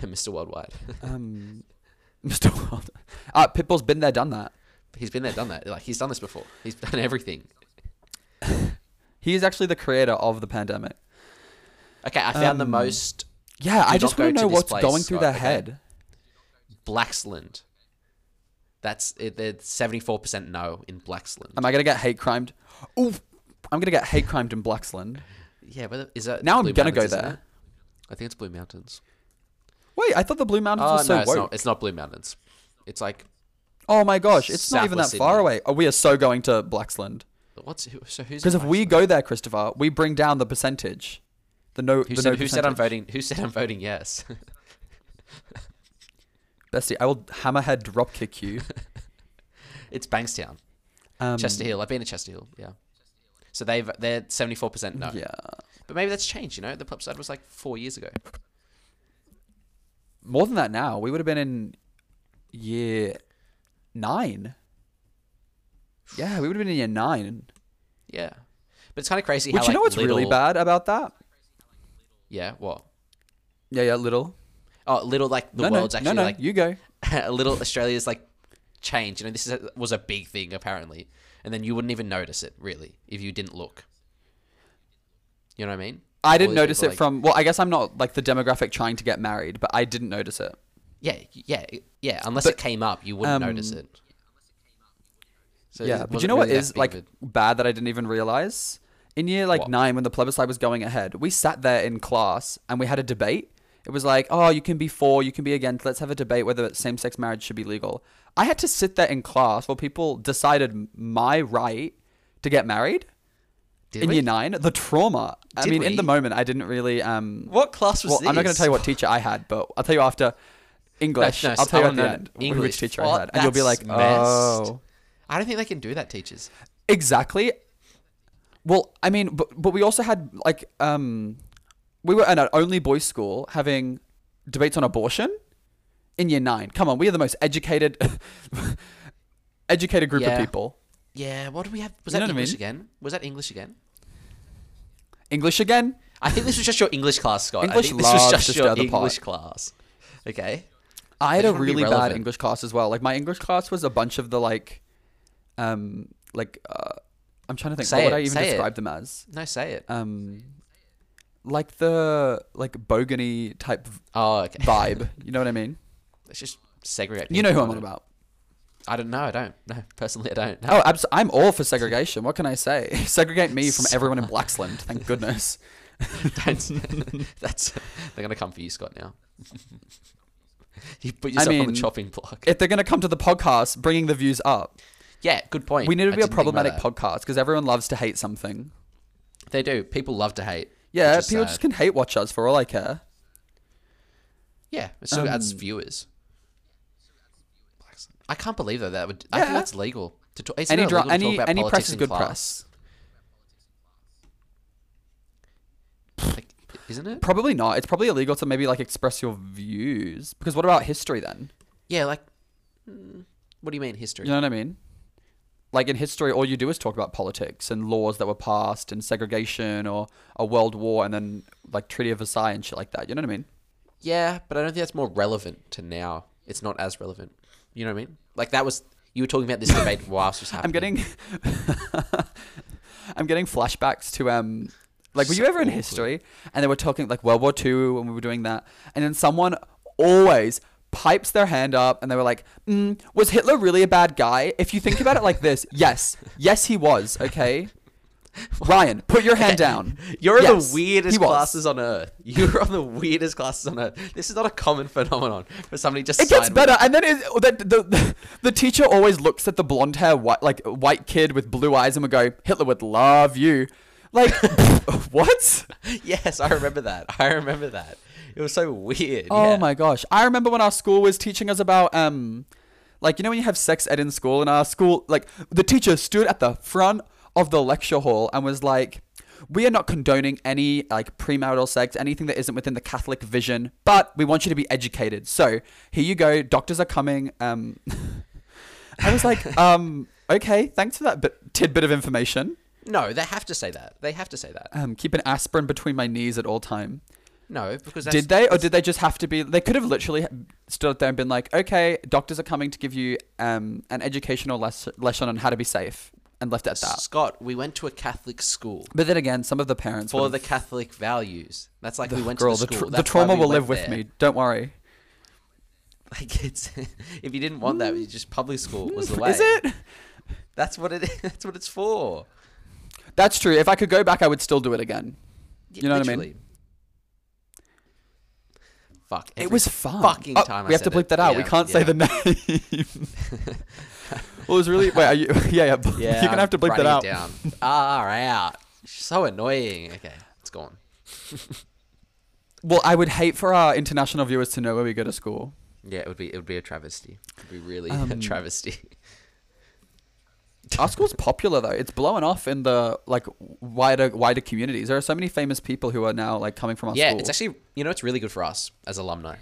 S2: Mr. Worldwide.
S1: Um, Mr. World, uh, Pitbull's been there, done that.
S2: he's been there, done that. Like he's done this before. He's done everything.
S1: He is actually the creator of the pandemic.
S2: Okay, I found the
S1: Um,
S2: most
S1: Yeah, I
S2: not
S1: just want
S2: go
S1: to
S2: to
S1: know
S2: this
S1: what's
S2: place,
S1: going through
S2: right,
S1: their
S2: okay.
S1: head.
S2: Blacksland. That's it. They're seventy-four percent no in Blacksland.
S1: Am I gonna get hate crimed? Ooh, I'm gonna get hate crimed in Blacksland.
S2: yeah, but is that
S1: Now I'm
S2: Blue
S1: gonna go
S2: Mountains, isn't
S1: there.
S2: it? I think it's Blue Mountains.
S1: Wait, I thought the Blue Mountains
S2: Oh
S1: was so
S2: no, it's
S1: woke.
S2: not. It's not Blue Mountains. It's like
S1: Oh my gosh, it's not
S2: South
S1: even that
S2: West
S1: far
S2: Sydney.
S1: away. Oh, we are so going to Blacksland
S2: what's who, so who's
S1: because if we
S2: Blacksland?
S1: go there, Christopher, we bring down the percentage. The no,
S2: who
S1: the
S2: said
S1: no
S2: who said I'm
S1: percentage.
S2: voting who said I'm voting yes?
S1: Bestie, I will hammerhead drop kick you.
S2: it's Bankstown,
S1: Um,
S2: Chester Hill. I've been to Chester Hill. Yeah. So they've they're seventy four percent no,
S1: Yeah,
S2: but maybe that's changed. You know, the pub side was like four years ago.
S1: more than that now. We would have been in year nine. Yeah, we would have been in year nine.
S2: Yeah, but it's kind of crazy
S1: Which
S2: how
S1: you know
S2: like,
S1: what's really
S2: little-
S1: bad about that?
S2: Yeah, what?
S1: Yeah, yeah, little.
S2: Oh, little like the
S1: no,
S2: world's
S1: no,
S2: actually
S1: no, no.
S2: like
S1: you go.
S2: a little Australia's like changed. You know, this is a, was a big thing apparently, and then you wouldn't even notice it really if you didn't look. You know what I mean?
S1: I
S2: All
S1: didn't
S2: these
S1: notice
S2: people,
S1: it
S2: like-
S1: from. Well, I guess I'm not like the demographic trying to get married, but I didn't notice it.
S2: Yeah, yeah, yeah. Unless it came up, you wouldn't
S1: um,
S2: notice it. So
S1: yeah, but
S2: it
S1: you
S2: wasn't
S1: know what
S2: really that
S1: is
S2: big
S1: like
S2: of a-
S1: bad that I didn't even realize in year like
S2: What?
S1: nine when the plebiscite was going ahead we sat there in class and we had a debate it was like oh you can be for you can be against let's have a debate whether same-sex marriage should be legal i had to sit there in class while people decided my right to get married
S2: Did
S1: in
S2: we?
S1: year nine the trauma i
S2: Did
S1: mean in the
S2: we?
S1: moment i didn't really um
S2: What class was
S1: well i'm not going
S2: this?
S1: to tell you what teacher i had but i'll tell you after english
S2: no,
S1: i'll tell you
S2: I
S1: at the
S2: wanna know
S1: end
S2: English.
S1: which teacher
S2: Well,
S1: i had and you'll be
S2: that's
S1: like
S2: messed.
S1: oh
S2: I don't think they can do that, teachers.
S1: Exactly. Well, I mean, but, but we also had like um, we were in an only boys school having debates on abortion in year nine. Come on, we are the most educated, educated group
S2: Yeah.
S1: of people.
S2: Yeah, what did we have? Was
S1: You
S2: that
S1: know what I
S2: English
S1: mean?
S2: again? Was that English again?
S1: English again.
S2: I think this was just your English class, Scott. I
S1: English
S2: think this was
S1: lab's
S2: just
S1: just
S2: your
S1: out the pot.
S2: English class. Okay.
S1: I had
S2: They
S1: a
S2: just wanna be
S1: really bad
S2: relevant.
S1: English class as well. Like my English class was a bunch of the like, um, like uh, I'm trying to think.
S2: Say
S1: what would
S2: it,
S1: I even
S2: say it.
S1: describe them as?
S2: No, say it.
S1: Um, like the like bogany type
S2: Oh, okay.
S1: vibe. you know what I mean?
S2: Let's just segregate.
S1: You know who
S2: people,
S1: I'm on
S2: don't-
S1: about.
S2: I don't know. I don't. No, personally, I don't. No.
S1: Oh, abs- I'm all for segregation. What can I say? Segregate me from everyone in Blacksland. Thank goodness.
S2: Don't- that's they're gonna come for you, Scott. Now you put yourself on
S1: mean,
S2: the chopping block.
S1: If they're going to come to the podcast, bringing the views up,
S2: yeah, good point.
S1: we need to
S2: I
S1: be a
S2: didn't think about
S1: problematic
S2: that.
S1: podcast because everyone loves to hate something.
S2: They do. People love to hate.
S1: Yeah,
S2: which is
S1: people
S2: sad.
S1: just can hate watch us for all I care.
S2: Yeah, it still adds
S1: Um,
S2: viewers. I can't believe though that would. I think
S1: Yeah.
S2: that's legal. To talk, it's
S1: any
S2: not
S1: dra-
S2: illegal to talk
S1: any
S2: about
S1: any
S2: politics
S1: press is
S2: in
S1: good
S2: class. press, like, isn't
S1: press.
S2: it?
S1: Probably not. It's probably illegal to maybe like express your views because what about history then?
S2: Yeah, like. mm, What do you mean history?
S1: You know what I mean? Like in history, all you do is talk about politics and laws that were passed and segregation or a world war and then like Treaty of Versailles and shit like that. You know what I mean?
S2: Yeah, but I don't think that's more relevant to now. It's not as relevant. You know what I mean? Like that was you were talking about this debate whilst it was happening.
S1: I'm getting I'm getting flashbacks to um like were you ever in
S2: awkward.
S1: history and they were talking like World War Two and we were doing that and then someone always pipes their hand up and they were like mm, was Hitler really a bad guy if you think about it like this yes yes he was okay Ryan put your hand down
S2: You're in
S1: Yes,
S2: the
S1: he
S2: weirdest
S1: was.
S2: classes on earth. You're on the weirdest classes on earth. This is not a common phenomenon for somebody just.
S1: it gets
S2: sideways.
S1: better and then it, the, the, the teacher always looks at the blonde hair white like white kid with blue eyes and would go hitler would love you like what
S2: Yes, I remember that. I remember that. It was so weird.
S1: oh
S2: yeah.
S1: my gosh i remember when our school was teaching us about um like you know when you have sex ed in school and our school like the teacher stood at the front of the lecture hall and was like we are not condoning any like premarital sex anything that isn't within the catholic vision but we want you to be educated so here you go doctors are coming um I was like, um, okay, thanks for that bit, tidbit of information.
S2: No, they have to say that. They have to say that.
S1: Um, keep an aspirin between my knees at all time.
S2: No, because that's,
S1: did they, or did they just have to be? They could have literally stood up there and been like, okay, doctors are coming to give you um, an educational les- lesson on how to be safe, and left it at that.
S2: Scott? We went to a Catholic school
S1: But then again, some of the parents
S2: for
S1: would've-
S2: the Catholic values. That's like we went
S1: girl,
S2: to the
S1: the,
S2: school.
S1: tr- the
S2: That's why
S1: trauma
S2: we
S1: will
S2: went
S1: live with
S2: there.
S1: me. Don't worry.
S2: Like it's if you didn't want that, you just public school was the way.
S1: Is it?
S2: That's what it. That's what it's for.
S1: That's true. If I could go back, I would still do it again.
S2: Y-
S1: You know what I mean?
S2: literally. Fuck.
S1: It
S2: every
S1: was fun.
S2: Fucking
S1: Oh,
S2: time.
S1: we
S2: I
S1: have to
S2: said
S1: bleep
S2: it.
S1: that out. we
S2: Yeah,
S1: can't say
S2: yeah.
S1: the name. well, it was really. Wait, are you, yeah, yeah. ble-
S2: Yeah,
S1: you're gonna have to bleep that out.
S2: writing it Down. Ah, All right. out. So annoying. Okay, it's gone.
S1: Well, I would hate for our international viewers to know where we go to school.
S2: Yeah, it would be. It would be a travesty. It'd be really a
S1: Um,
S2: travesty.
S1: Our school's popular though; it's blowing off in the like wider wider communities. There are so many famous people who are now like coming from our
S2: Yeah,
S1: school.
S2: it's actually you know it's really good for us as alumni.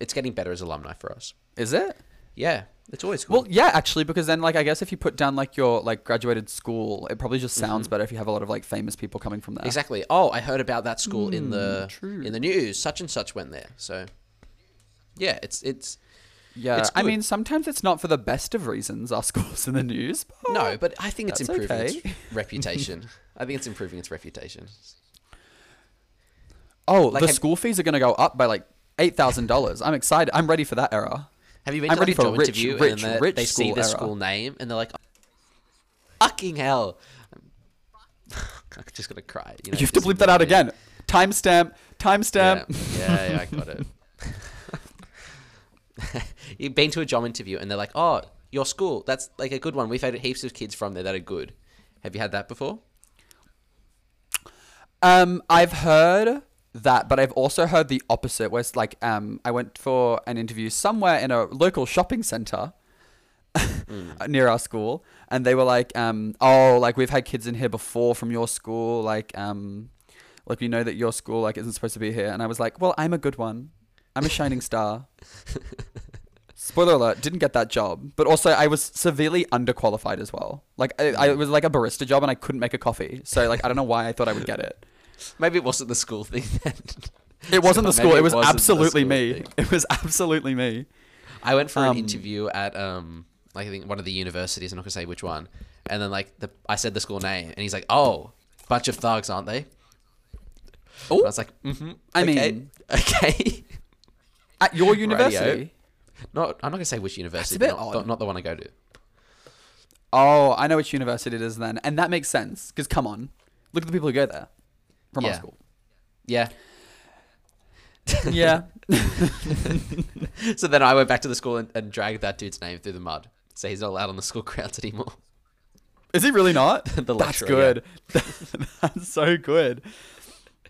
S2: It's getting better as alumni for us.
S1: is it?
S2: Yeah, it's always cool.
S1: Well, yeah, actually, because then like I guess if you put down like your like graduated school, it probably
S2: Mm-hmm.
S1: just sounds better if you have a lot of like famous people coming from there.
S2: Exactly. Oh, I heard about that school in the
S1: Hmm, true.
S2: in the news. Such and such went there. So, yeah, it's it's
S1: Yeah,
S2: It's
S1: I
S2: good.
S1: mean sometimes it's not for the best of reasons. Our school's in the news. but-
S2: no, but I think it's
S1: Oh, That's
S2: improving
S1: okay.
S2: its reputation. I think it's improving its reputation.
S1: Oh,
S2: Like,
S1: the
S2: have-
S1: school fees are going to go up by like eight thousand dollars. I'm excited. I'm ready for that era.
S2: Have you been
S1: I'm
S2: to like,
S1: ready
S2: a
S1: for
S2: job
S1: rich,
S2: interview and
S1: rich,
S2: then
S1: rich
S2: they see
S1: school
S2: the
S1: era.
S2: school name and they're like, "Fucking hell!" I'm just gonna cry.
S1: You have to bleep that out again. Timestamp.
S2: Yeah,
S1: Timestamp.
S2: yeah, yeah, I got it. You've been to a job interview and they're like, "Oh, your school. That's like a good one. We've had heaps of kids from there that are good." Have you had that before?
S1: Um, I've heard that, but I've also heard the opposite. Where it's like, um, I went for an interview somewhere in a local shopping center near our school, and they were like, um, "Oh, like we've had kids in here before from your school, like, um, like we know that your school like isn't supposed to be here." And I was like, "Well, I'm a good one. I'm a shining star." Spoiler alert, didn't get that job. But also, I was severely underqualified as well. Like, I, I it was like a barista job and I couldn't make a coffee. So, like, I don't know why I thought I would get it.
S2: Maybe it wasn't the school thing then.
S1: It wasn't the
S2: Maybe
S1: school. It was
S2: wasn't the
S1: absolutely
S2: school
S1: me.
S2: thing.
S1: It was absolutely me.
S2: I went for
S1: Um,
S2: an interview at um like I think one of the universities. I'm not gonna say which one. And then like the I said the school name, and he's like, "Oh, bunch of thugs, aren't they?"
S1: Oh.
S2: And I was like, "Mm-hmm."
S1: I
S2: okay,
S1: mean-
S2: okay.
S1: At your university?
S2: Not I'm not gonna say which university.
S1: bit
S2: but not,
S1: odd.
S2: not- not the one I go to.
S1: Oh, I know which university it is then. And that makes sense. Because, come on, look at the people who go there from our
S2: Yeah.
S1: school.
S2: Yeah.
S1: Yeah.
S2: So then I went back to the school and, and dragged that dude's name through the mud. So he's not allowed on the school grounds anymore.
S1: is he really not?
S2: The
S1: That's
S2: lecturer,
S1: good. That's so good.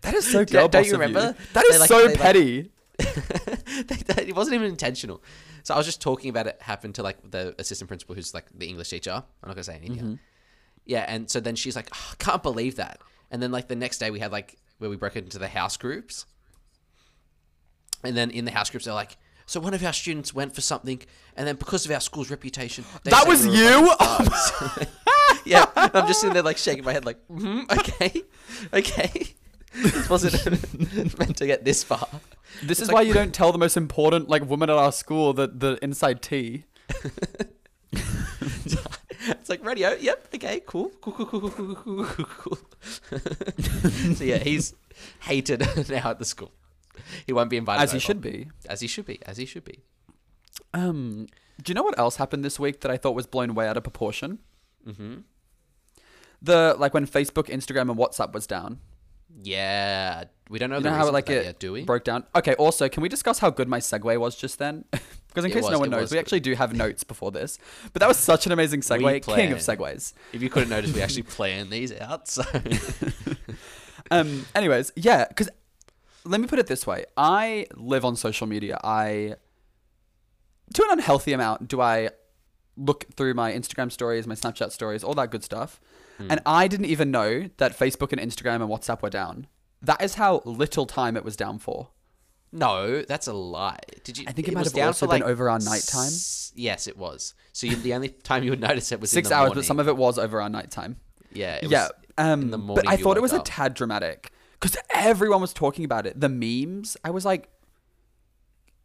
S1: That is so
S2: Yeah,
S1: girl
S2: don't
S1: boss
S2: you
S1: of
S2: remember?
S1: That
S2: They
S1: is
S2: like-
S1: so
S2: they like-
S1: petty.
S2: it wasn't even intentional. So I was just talking about it happened to like the assistant principal who's like the English teacher. I'm not gonna say anything.
S1: Mm-hmm.
S2: Yeah, and so then she's like, "Oh, I can't believe that. And then like the next day we had like where we broke it into the house groups. And then in the house groups they're like, so one of our students went for something, and then because of our school's reputation, they
S1: That
S2: say
S1: was
S2: we were a bunch
S1: you? Oh
S2: of thugs." yeah, and I'm just sitting there like shaking my head, like, mm okay, okay. This wasn't meant to get this far.
S1: This is
S2: like-
S1: why you don't tell the most important like woman at our school the, the inside tea.
S2: It's like radio. Yep. Okay. Cool. Cool. Cool. Cool. Cool. Cool. Cool. Cool. cool, cool. so yeah, he's hated now at the school. He won't be invited.
S1: As he
S2: over.
S1: should be.
S2: As he should be. As he should be.
S1: Um, do you know what else happened this week that I thought was blown way out of proportion?
S2: Mm-hmm.
S1: The like when Facebook, Instagram, and WhatsApp was down.
S2: Yeah. We don't know
S1: You
S2: the
S1: know
S2: reason
S1: how like
S2: for that
S1: it
S2: yet, do we?
S1: broke down. Okay. Also, can we discuss how good my segue was just then? Because in
S2: It
S1: case
S2: was-
S1: no one
S2: it
S1: knows,
S2: was
S1: we
S2: good.
S1: actually do have notes before this. But that was such an amazing segue, king of
S2: planned.
S1: segues.
S2: if you couldn't notice, we actually plan these out. So
S1: um anyways yeah because let me put it this way i live on social media i to an unhealthy amount do i look through my instagram stories my snapchat stories all that good stuff
S2: Hmm.
S1: and i didn't even know that facebook and instagram and whatsapp were down that is how little time it was down for
S2: no, that's a lie. Did you?
S1: I think it might
S2: was
S1: have
S2: down
S1: also
S2: for,
S1: been
S2: like,
S1: over our nighttime.
S2: s- Yes, it was. So you, the only time you would notice it was in
S1: six
S2: the
S1: hours but
S2: morning.
S1: some of it was over our nighttime
S2: yeah. It
S1: yeah
S2: Was,
S1: um
S2: the
S1: but
S2: morning
S1: i
S2: you
S1: thought it
S2: woke
S1: was a
S2: up.
S1: tad dramatic because everyone was talking about it the memes i was like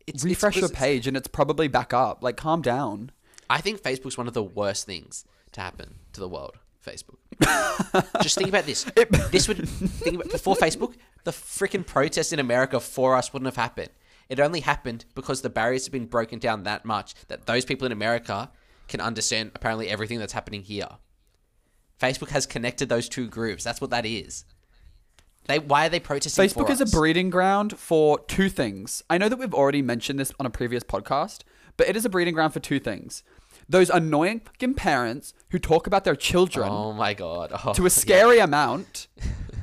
S2: it's,
S1: refresh
S2: it's,
S1: your
S2: it's-
S1: page and it's probably back up like calm down
S2: I think Facebook's one of the worst things to happen to the world. Facebook. Just think about this. This would think about, before Facebook, the freaking protest in America for us wouldn't have happened. It only happened because the barriers have been broken down that much that those people in America can understand apparently everything that's happening here. Facebook has connected those two groups. That's what that is. They why are they protesting?
S1: Facebook
S2: for
S1: is a
S2: us?
S1: breeding ground for two things. I know that we've already mentioned this on a previous podcast, but it is a breeding ground for two things. Those annoying fucking parents who talk about their children
S2: Oh my god! Oh,
S1: to
S2: yeah.
S1: a scary amount.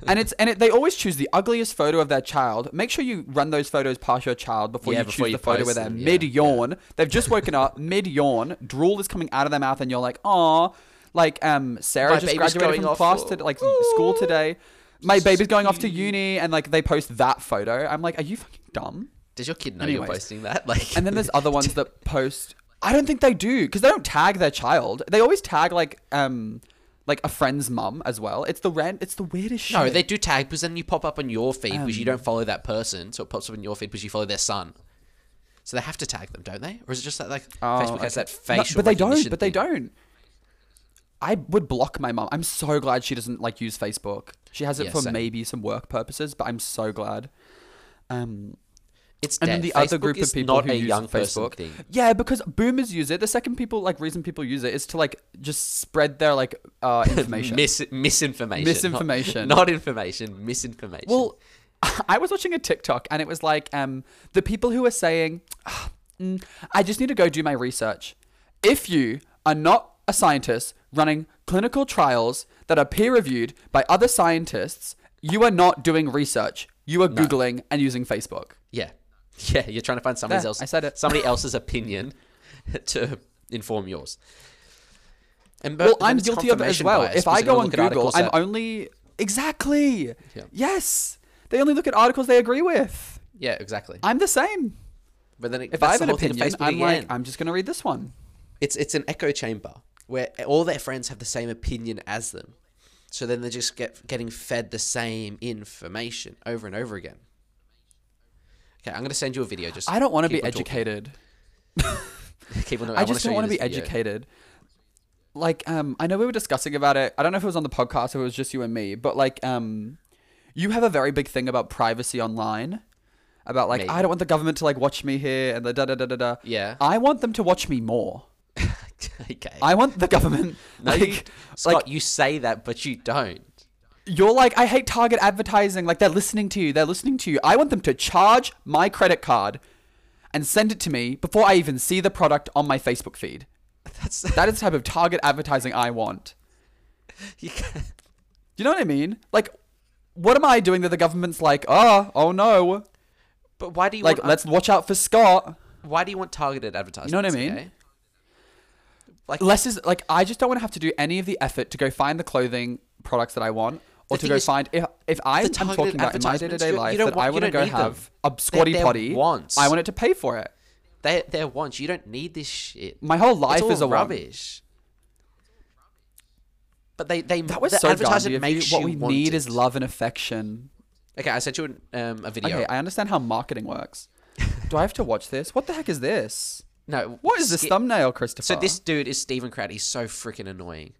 S1: And it's and it, they always choose the ugliest photo of their child. Make sure you run those photos past your child before
S2: Yeah,
S1: you
S2: before
S1: choose
S2: you
S1: the photo
S2: post
S1: where they're
S2: them, yeah,
S1: mid yawn. They've just woken up mid yawn, drool is coming out of their mouth, and you're like, "Aw, like um Sarah
S2: My
S1: just
S2: baby's
S1: graduated
S2: going
S1: from
S2: off.
S1: class to like school today. My baby's going off to uni, and like they post that photo. I'm like, are you fucking dumb?
S2: Does your kid know
S1: Anyways.
S2: you're posting that? Like,
S1: And then there's other ones that post. I don't think they do because they don't tag their child. They always tag like um like a friend's mum as well. It's the ran- It's the weirdest shit.
S2: No, they do tag because then you pop up on your feed because
S1: Um,
S2: you don't follow that person, so it pops up on your feed because you follow their son. So they have to tag them, don't they? Or is it just that like Facebook has that
S1: Oh, No,
S2: facial?
S1: but they don't.
S2: recognition
S1: But they
S2: thing?
S1: don't. I would block my mum. I'm so glad she doesn't like use Facebook. She has it
S2: Yeah,
S1: for
S2: same.
S1: maybe some work purposes, but I'm so glad. Um,
S2: It's
S1: And
S2: dead.
S1: then the
S2: Facebook
S1: other group
S2: is
S1: of people
S2: not
S1: who
S2: a
S1: use
S2: young person
S1: Facebook.
S2: thing.
S1: Yeah, because boomers use it. The second people like reason people use it is to like just spread their like uh, information.
S2: Mis- misinformation.
S1: Misinformation.
S2: Not, not information. Misinformation.
S1: Well, I was watching a TikTok and it was like um, the people who are saying, "Ah, mm, I just need to go do my research. If you are not a scientist running clinical trials that are peer reviewed by other scientists, you are not doing research. You are Googling and using Facebook.
S2: yeah, yeah. You're trying to find somebody
S1: There,
S2: else.
S1: I said it.
S2: Somebody else's opinion to inform yours. And but
S1: Well,
S2: then
S1: I'm
S2: it's
S1: guilty of it as
S2: confirmation
S1: well.
S2: bias
S1: if
S2: because
S1: I
S2: you're gonna
S1: go on
S2: look at
S1: Google,
S2: articles
S1: I'm
S2: that-
S1: only. Exactly.
S2: Yeah.
S1: Yes. They only look at articles they agree with.
S2: yeah, exactly.
S1: I'm the same.
S2: But then it,
S1: If
S2: that's
S1: I have
S2: the
S1: an
S2: whole thing of
S1: opinion,
S2: Facebook
S1: I'm like,
S2: again.
S1: I'm just going to read this one.
S2: it's it's an echo chamber where all their friends have the same opinion as them. So then they just get getting fed the same information over and over again. Okay, I'm gonna send you a video. Just
S1: I don't want to
S2: keep
S1: be
S2: on talking.
S1: educated.
S2: Keep on,
S1: I,
S2: wanna
S1: just
S2: show
S1: don't
S2: you
S1: want to
S2: this
S1: be
S2: video.
S1: educated. Like, um, I know we were discussing about it. I don't know if it was on the podcast or it was just you and me, but like, um, you have a very big thing about privacy online. About like,
S2: Me.
S1: I don't want the government to like watch me here and the da da da da da.
S2: Yeah.
S1: I want them to watch me more.
S2: okay.
S1: I want the government.
S2: no,
S1: like,
S2: you, Scott,
S1: like
S2: you say that, but you don't.
S1: you're like, I hate target advertising. Like they're listening to you. They're listening to you. I want them to charge my credit card and send it to me before I even see the product on my Facebook feed.
S2: That's
S1: That is the type of target advertising I want.
S2: you can't.
S1: Do you know what I mean? Like, what am I doing that the government's like, oh, oh no,
S2: But why do you
S1: like
S2: want,
S1: let's watch out for Scott.
S2: Why do you want targeted advertising?
S1: know what I mean?
S2: Like
S1: Less is like I just don't want to have to do any of the effort to go find the clothing products that I want. Or to
S2: The thing
S1: go
S2: is,
S1: find if if I am
S2: the targeted
S1: talking about in my day to
S2: advertisements,
S1: day
S2: you- you
S1: life
S2: don't
S1: that
S2: want-
S1: I
S2: you
S1: want to
S2: don't
S1: go
S2: need them.
S1: have a
S2: They're
S1: squatty
S2: their
S1: potty.
S2: wants.
S1: I want it to pay for it.
S2: they they're once you don't need this shit.
S1: My whole life
S2: it's all
S1: is a want.
S2: rubbish. But they they
S1: That was
S2: the
S1: so Gandhi
S2: advertisement
S1: of you.
S2: makes
S1: What
S2: you
S1: we
S2: want
S1: need
S2: it.
S1: is love and affection.
S2: Okay, I sent you an, um, a video.
S1: Okay, I understand how marketing works. Do I have to watch this? What the heck is this?
S2: no,
S1: What is this
S2: skip-
S1: thumbnail, Christopher?
S2: So this dude is Stephen Crowder. He's so freaking annoying.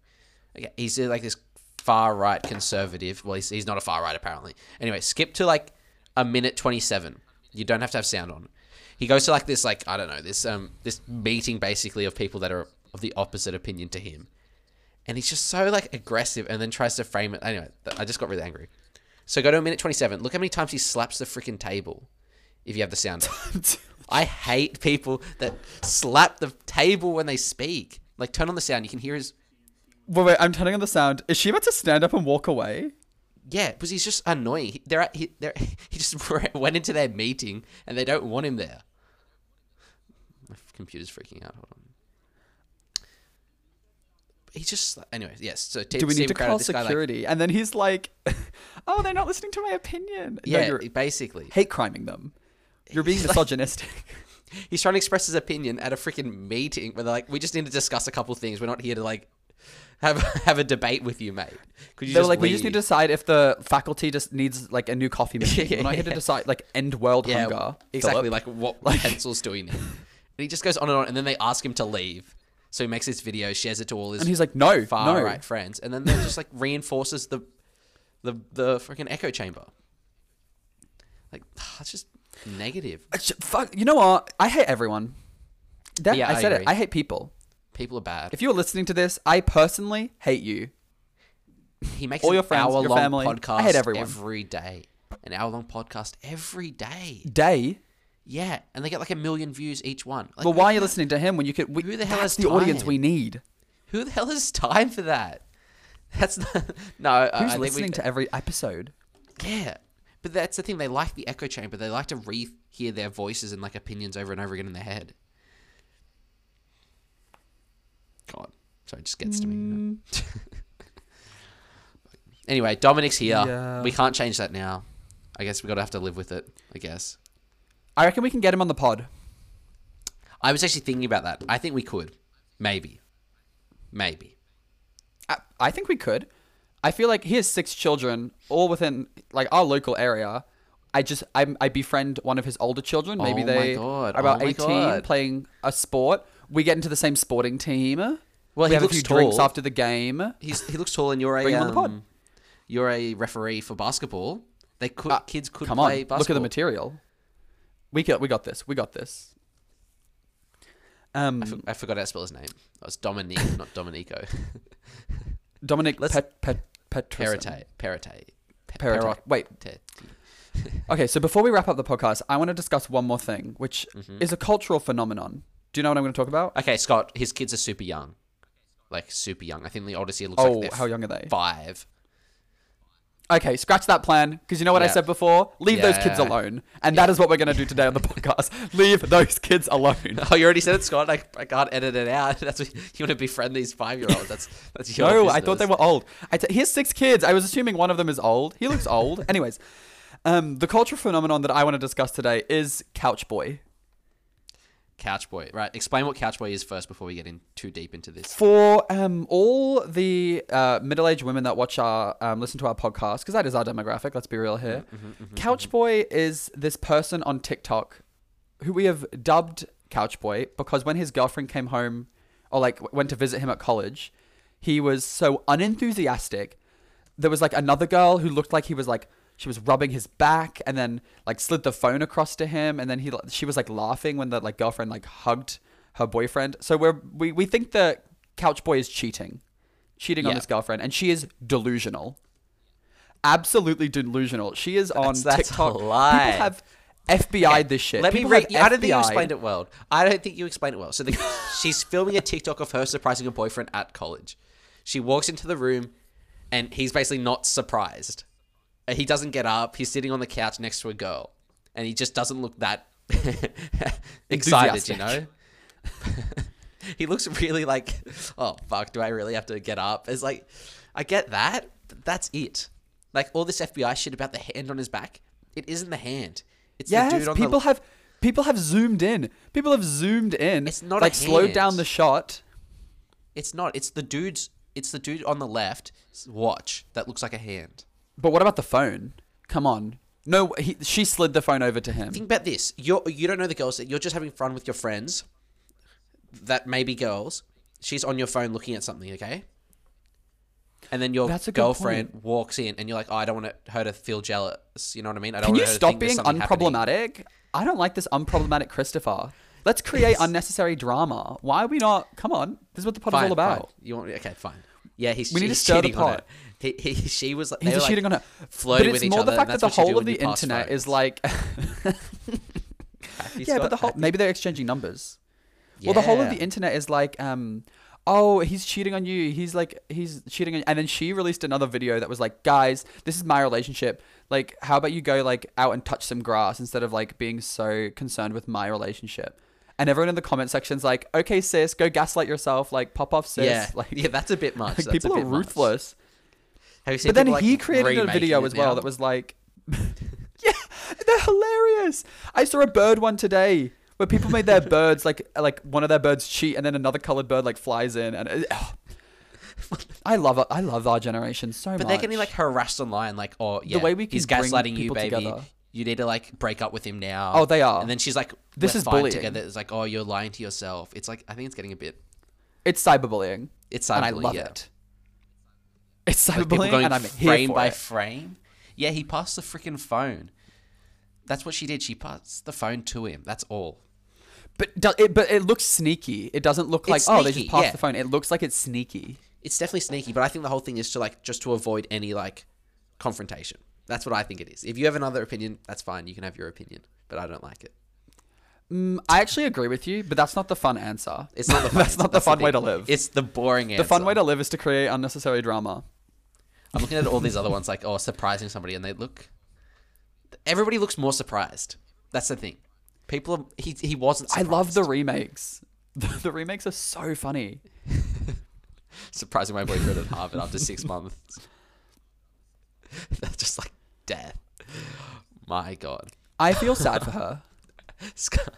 S2: Okay, he's uh, like this far right conservative. Well, he's, he's not a far right apparently. Anyway, skip to like a minute twenty seven. You don't have to have sound on. He goes to like this like I don't know this um this meeting basically of people that are of the opposite opinion to him, and he's just so like aggressive and then tries to frame it. Anyway, th- I just got really angry. So go to a minute twenty seven. Look how many times he slaps the freaking table. If you have the sound. on. I hate people that slap the table when they speak. Like, turn on the sound. You can hear his.
S1: wait, wait, I'm turning on the sound. Is she about to stand up and walk away?
S2: Yeah, because he's just annoying. He, they're at, he, they're, he just re- went into their meeting and they don't want him there. My f- computer's freaking out. Hold on. He just. Anyway, yes. So T-
S1: Do we need
S2: Steven
S1: to
S2: Crowder,
S1: call
S2: this guy, like-
S1: security? and then he's like, "Oh, they're not listening to my opinion." No,
S2: yeah,
S1: you're
S2: basically.
S1: hate criming them. You're being
S2: He's like-
S1: misogynistic.
S2: He's trying to express his opinion at a freaking meeting where they're like, we just need to discuss a couple things. We're not here to like have have a debate with you, mate. Could you
S1: They're
S2: just
S1: like, "We just
S2: leave?"
S1: need to decide if the faculty just needs like a new coffee machine.
S2: Yeah,
S1: We're not here to
S2: yeah.
S1: decide like end world
S2: yeah,
S1: hunger."
S2: Exactly,
S1: Philip.
S2: like what
S1: Like-
S2: pencil's doing. There. And he just goes on and on, and then they ask him to leave. So he makes this video, shares it to all his
S1: and he's like, "No,
S2: far
S1: no,
S2: right friends, and then that just like reinforces the the the freaking echo chamber. Like it's just negative.
S1: Sh- Fuck, you know what? I hate everyone. That,
S2: Yeah,
S1: I
S2: I
S1: said it.
S2: agree.
S1: I hate people.
S2: People are bad.
S1: If you're listening to this, I personally hate you.
S2: he makes
S1: all
S2: an
S1: your friends, your
S2: hour long
S1: family, I hate
S2: podcast
S1: everyone.
S2: every day. An hour long podcast every day.
S1: Day.
S2: Yeah, and they get like a million views each one. Like,
S1: Well, why are you listening to him when you could? We,
S2: Who the hell
S1: that's
S2: has
S1: the audience
S2: time?
S1: we need?
S2: Who the hell has time for that? That's not, no. I- I
S1: Who's
S2: think we-
S1: listening to every episode?
S2: Yeah. But that's the thing. They like the echo chamber. They like to re hear their voices and like opinions over and over again in their head. God. Sorry, it just gets to me. you know.
S1: Mm.
S2: anyway, Dominic's here.
S1: Yeah.
S2: We can't change that now. I guess we're going to have to live with it, I guess.
S1: I reckon we can get him on the pod.
S2: I was actually thinking about that. I think we could. Maybe. Maybe.
S1: I, I think we could. I feel like he has six children, all within like our local area. I just I, I befriend one of his older children. Maybe
S2: Oh my
S1: they
S2: God.
S1: are about
S2: Oh my
S1: eighteen,
S2: God.
S1: playing a sport. We get into the same sporting team. Well, we
S2: he
S1: have
S2: looks
S1: a few drinks
S2: tall.
S1: after the game.
S2: He's, he looks tall and you're a,
S1: Bring him on the pod.
S2: um, you're a referee for basketball. They could, kids could
S1: Come on,
S2: play basketball.
S1: look at the material. We got we got this. We got this. Um,
S2: I, for- I forgot how to spell his name. Oh, it's Dominique, not Dominico.
S1: Dominic
S2: let's-
S1: Pet Pet Petrison.
S2: Perite. Perite. Pe-
S1: Perrottet.
S2: Perrot-
S1: Wait,
S2: te- te-
S1: okay. So before we wrap up the podcast, I want to discuss one more thing, which
S2: Mhm.
S1: is a cultural phenomenon. Do you know what I'm going to talk about?
S2: Okay, Scott, his kids are super young. Like, super young. I think the oldest here looks
S1: Oh,
S2: like they're
S1: how young are they?
S2: five.
S1: Okay, scratch that plan because you know what I
S2: Yeah.
S1: said before. Leave those kids
S2: Yeah.
S1: alone, and that is what we're going to do today on the podcast. Leave those kids alone.
S2: Oh, you already said it, Scott. I, I can't edit it out. That's what, you want to befriend these five-year-olds. That's that's your.
S1: no, I thought they
S2: business.
S1: were old. I t- he has six kids. I was assuming one of them is old. He looks old. Anyways, um, the cultural phenomenon that I want to discuss today is couch boy.
S2: Couch boy. Right. Explain what couch boy is first before we get in too deep into this.
S1: For um, all the uh, middle-aged women that watch our um, listen to our podcast, because that is our demographic. Let's be real here. couch boy is this person on TikTok who we have dubbed couch boy because when his girlfriend came home or like w- went to visit him at college, he was so unenthusiastic. There was like another girl who looked like he was like she was rubbing his back and then like slid the phone across to him and then he like, she was like laughing when the like girlfriend like hugged her boyfriend. So we're we, we think the couch boy is cheating. Cheating on
S2: Yeah.
S1: his girlfriend and she is delusional. Absolutely delusional. She is on
S2: That's- that's a
S1: TikTok.
S2: lie.
S1: People have FBI this shit.
S2: Let
S1: People
S2: me
S1: have
S2: read. I don't think you
S1: FBI.
S2: explained it well. I don't think you explained it well. So the, she's filming a TikTok of her surprising her boyfriend at college. She walks into the room, and he's basically not surprised. Uh, He doesn't get up. He's sitting on the couch next to a girl, and he just doesn't look that excited. You
S1: Enthusiastic.
S2: know. he looks really like, oh fuck, do I really have to get up? It's like, I get that. but That's it. Like all this FBI shit about the hand on his back. It isn't the hand. It's
S1: Yes,
S2: the dude on
S1: people
S2: the
S1: have people have zoomed in. People have zoomed in.
S2: It's not a
S1: like slowed down
S2: hand.
S1: the shot.
S2: It's not. It's the dude's. It's the dude on the left watch that looks like a hand.
S1: But what about the phone? Come on. No, he, she slid the phone over to him.
S2: Think about this. You're you don't know the girls. You're just having fun with your friends. That may be girls. She's on your phone looking at something. Okay. And then your
S1: That's a good
S2: girlfriend walks in, and you're like, oh, "I don't want her to feel jealous." You know what I mean? I don't
S1: Can
S2: want
S1: you
S2: her to
S1: stop
S2: think there's
S1: being
S2: something happening.
S1: unproblematic? I don't like this unproblematic Christopher. Let's create unnecessary drama. Why are we not? Come on, this is what the pod
S2: Fine,
S1: is all about.
S2: fine. You want? Okay, fine. Yeah, he's,
S1: We need to
S2: he's
S1: stir the
S2: cheating on her.
S1: pot.
S2: He, he, she was. Like,
S1: He's
S2: they were,
S1: just
S2: like,
S1: cheating on her.
S2: flirting
S1: but
S2: with
S1: it's
S2: each
S1: more the
S2: other, and
S1: fact that the
S2: that's what you do
S1: whole of
S2: when
S1: the
S2: you pass
S1: internet
S2: phones.
S1: is like,
S2: He's
S1: yeah, but
S2: got
S1: the whole
S2: that-
S1: maybe they're exchanging numbers. Well, the whole of the
S2: Yeah.
S1: internet is like, um, oh, he's cheating on you. He's like, he's cheating on you. And then she released another video that was like, guys, this is my relationship. Like, how about you go like out and touch some grass instead of like being so concerned with my relationship. And everyone in the comment section's like, okay, sis, go gaslight yourself. Like, pop off, sis.
S2: yeah,
S1: Like,
S2: yeah, that's a bit
S1: like,
S2: much. That's a
S1: people are
S2: bit much.
S1: ruthless.
S2: Have you seen
S1: But then
S2: people, like,
S1: he created a
S2: remaking
S1: video
S2: it
S1: as well
S2: now?
S1: that was like, yeah, they're hilarious. I saw a bird one today where people made their birds like like one of their birds cheat and then another colored bird like flies in and it- oh. I love it. I love our generation so much.
S2: But they're getting like harassed online, like, oh yeah,
S1: way we
S2: he's
S1: can bring
S2: gaslighting you,
S1: people
S2: baby.
S1: together.
S2: You need to like break up with him now.
S1: Oh, they are.
S2: And then she's like,
S1: This
S2: "We're
S1: is
S2: fine
S1: bullying.
S2: Together, it's like, oh, you're lying to yourself. It's like, I think it's getting a bit.
S1: it's cyberbullying.
S2: It's
S1: and I
S2: cyberbullying,
S1: love
S2: yeah.
S1: it. It's
S2: Like, people
S1: cyberbullying,
S2: going
S1: and I'm here
S2: frame
S1: for
S2: by
S1: it.
S2: frame. Yeah, he passed the freaking phone. That's what she did. She passed the phone to him. That's all.
S1: but do, it, but it looks sneaky. It doesn't look like
S2: It's
S1: oh they just
S2: sneaky,
S1: passed
S2: yeah.
S1: the phone. It looks like it's sneaky.
S2: It's definitely sneaky, but I think the whole thing is to like just to avoid any like confrontation. That's what I think it is. If you have another opinion, that's fine. You can have your opinion, but I don't like it.
S1: Mm, I actually agree with you, but that's not the fun answer.
S2: It's not the fun
S1: that's
S2: answer.
S1: not the fun way to
S2: thing.
S1: live.
S2: It's the boring answer.
S1: The fun way to live is to create unnecessary drama.
S2: I'm looking at all these other ones like, oh, surprising somebody, and they look. Everybody looks more surprised. That's the thing. People, are, he he wasn't.
S1: I
S2: Surprised.
S1: love the remakes. The, the remakes are so funny.
S2: surprising my boyfriend at Harvard after six months. That's just like death. My God,
S1: I feel sad for her.
S2: Scar-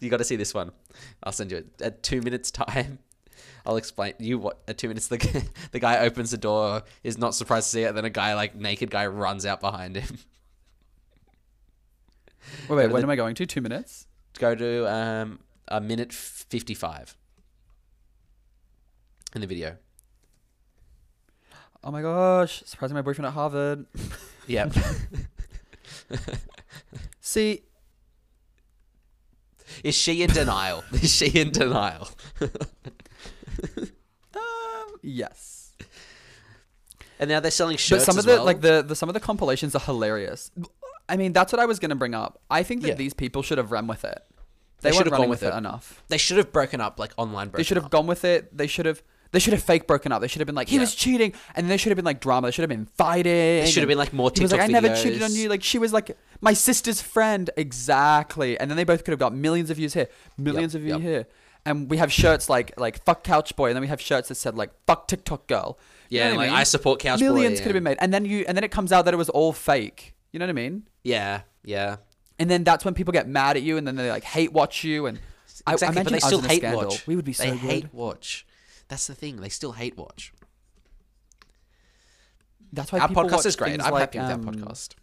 S2: you got to see this one. I'll send you it at two minutes time. I'll explain you what at two minutes the g- the guy opens the door is not surprised to see it. Then a guy like naked guy runs out behind him.
S1: Wait, wait, when am I going to? Two minutes?
S2: go to um, a minute 55 in the video.
S1: Oh my gosh, surprising my boyfriend at Harvard.
S2: Yep.
S1: See,
S2: Is she in denial? Is she in denial?
S1: Um, yes.
S2: And now they're selling shirts.
S1: but some
S2: as
S1: of the
S2: well.
S1: like the, the some of the compilations are hilarious. I mean, that's what I was gonna bring up. I think that
S2: Yeah.
S1: these people should have run with it. They,
S2: They should
S1: weren't
S2: have
S1: running
S2: gone
S1: with
S2: with
S1: it,
S2: it.
S1: enough.
S2: they should have broken up like online. Broken
S1: They should have
S2: up.
S1: gone with it. They should have. They should have fake broken up. They should have been like, he
S2: Yeah.
S1: was cheating, and they should have been like drama. They should have been fighting. It
S2: should have been, like, more
S1: He was like, I
S2: TikTok
S1: never cheated on
S2: videos.
S1: you. Like she was like my sister's friend, exactly. And then they both could have got millions of views here, millions
S2: Yep,
S1: of views
S2: yep.
S1: here, and we have shirts like like fuck couch boy, and then we have shirts that said like fuck TikTok girl. You
S2: Yeah,
S1: know what
S2: like, I support Couch Boy,
S1: Millions could have
S2: yeah.
S1: been made, and then you and then it comes out that it was all fake. You know what I mean?
S2: Yeah, yeah.
S1: And then that's when people get mad at you, and then they like hate watch you, and I- I,
S2: Exactly,
S1: imagine
S2: but they
S1: us
S2: still
S1: in a
S2: hate
S1: scandal.
S2: watch.
S1: We would be so
S2: they
S1: good.
S2: hate watch. That's the thing. They still hate watch.
S1: That's why
S2: our
S1: people watch
S2: podcast is great.
S1: things
S2: I'm
S1: like,
S2: happy with our
S1: um,
S2: podcast.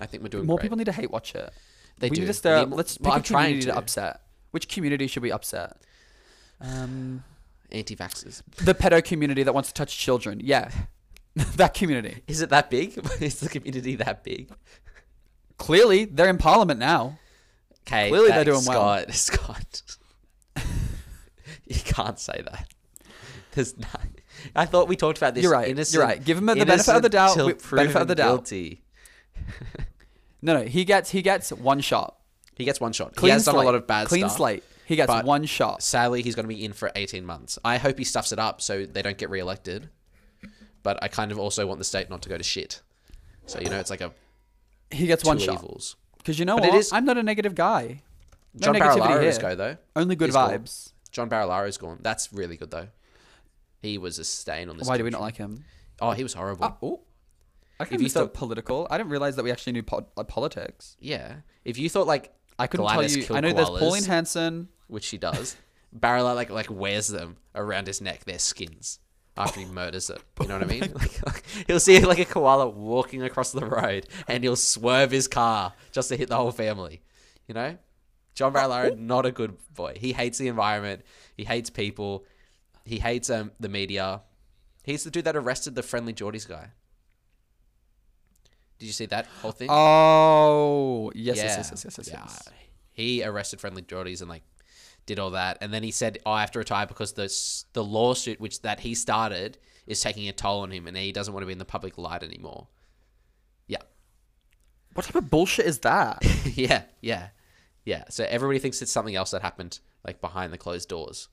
S2: I think we're doing
S1: More
S2: great.
S1: people need to hate watch it.
S2: They
S1: we
S2: do.
S1: need to
S2: We
S1: stir.
S2: need more-
S1: let's pick
S2: well,
S1: a
S2: I'm trying
S1: community to.
S2: to.
S1: upset. Which community should we upset? Um,
S2: Anti-vaxxers.
S1: the pedo community that wants to touch children. Yeah, that community.
S2: Is it that big? is the community that big?
S1: Clearly, they're in parliament now.
S2: Okay,
S1: Clearly they're doing well.
S2: Scott, well. Scott, you can't say that. There's no, I thought we talked about this.
S1: You're right, you're
S2: Innocent,
S1: right. Give him the benefit of the
S2: innocent
S1: doubt,
S2: till
S1: we- benefit of the
S2: proven
S1: doubt.
S2: Guilty.
S1: No, no, he gets he gets one shot.
S2: He gets one shot.
S1: Clean
S2: he has
S1: slate.
S2: done a lot of bad
S1: Clean
S2: stuff.
S1: slate. He gets
S2: but-
S1: one shot.
S2: Sadly, he's going to be in for 18 months. I hope he stuffs it up so they don't get re-elected. But I kind of also want the state not to go to shit. So you know, it's like a
S1: He gets
S2: two
S1: one shot.
S2: evils.
S1: Because you know
S2: But it
S1: what?
S2: is-
S1: I'm not a negative guy. No
S2: John
S1: negativity
S2: Barilaro
S1: here.
S2: is go though.
S1: Only good
S2: He's gone.
S1: vibes.
S2: John Barilaro gone. That's really good though. He was a stain on this.
S1: Why do we
S2: country.
S1: not like him?
S2: Oh, he was horrible.
S1: Oh, I
S2: If
S1: can
S2: you
S1: be so
S2: thought-
S1: political. I didn't realize that we actually knew po- like politics.
S2: Yeah. If you thought like
S1: I couldn't
S2: Gladys
S1: tell you.
S2: killed
S1: I know there's
S2: koalas,
S1: Pauline Hanson.
S2: which she does, Barilla like like wears them around his neck, their skins, after he murders it. You know what I mean? Like, like, he'll see like a koala walking across the road, and he'll swerve his car just to hit the whole family. You know, John Barilla not a good boy. He hates the environment. He hates people. He hates um, the media. He's the dude that arrested the friendly Geordies guy. Did you see that whole thing?
S1: Oh, yes, yes, yes, yes, yes, yes. yes.
S2: Yeah. He arrested friendly Geordies and like did all that, and then he said, "Oh, I have to retire because the s- the lawsuit which that he started is taking a toll on him, and he doesn't want to be in the public light anymore." Yeah,
S1: What type of bullshit is that?
S2: yeah, yeah, yeah. So everybody thinks it's something else that happened like behind the closed doors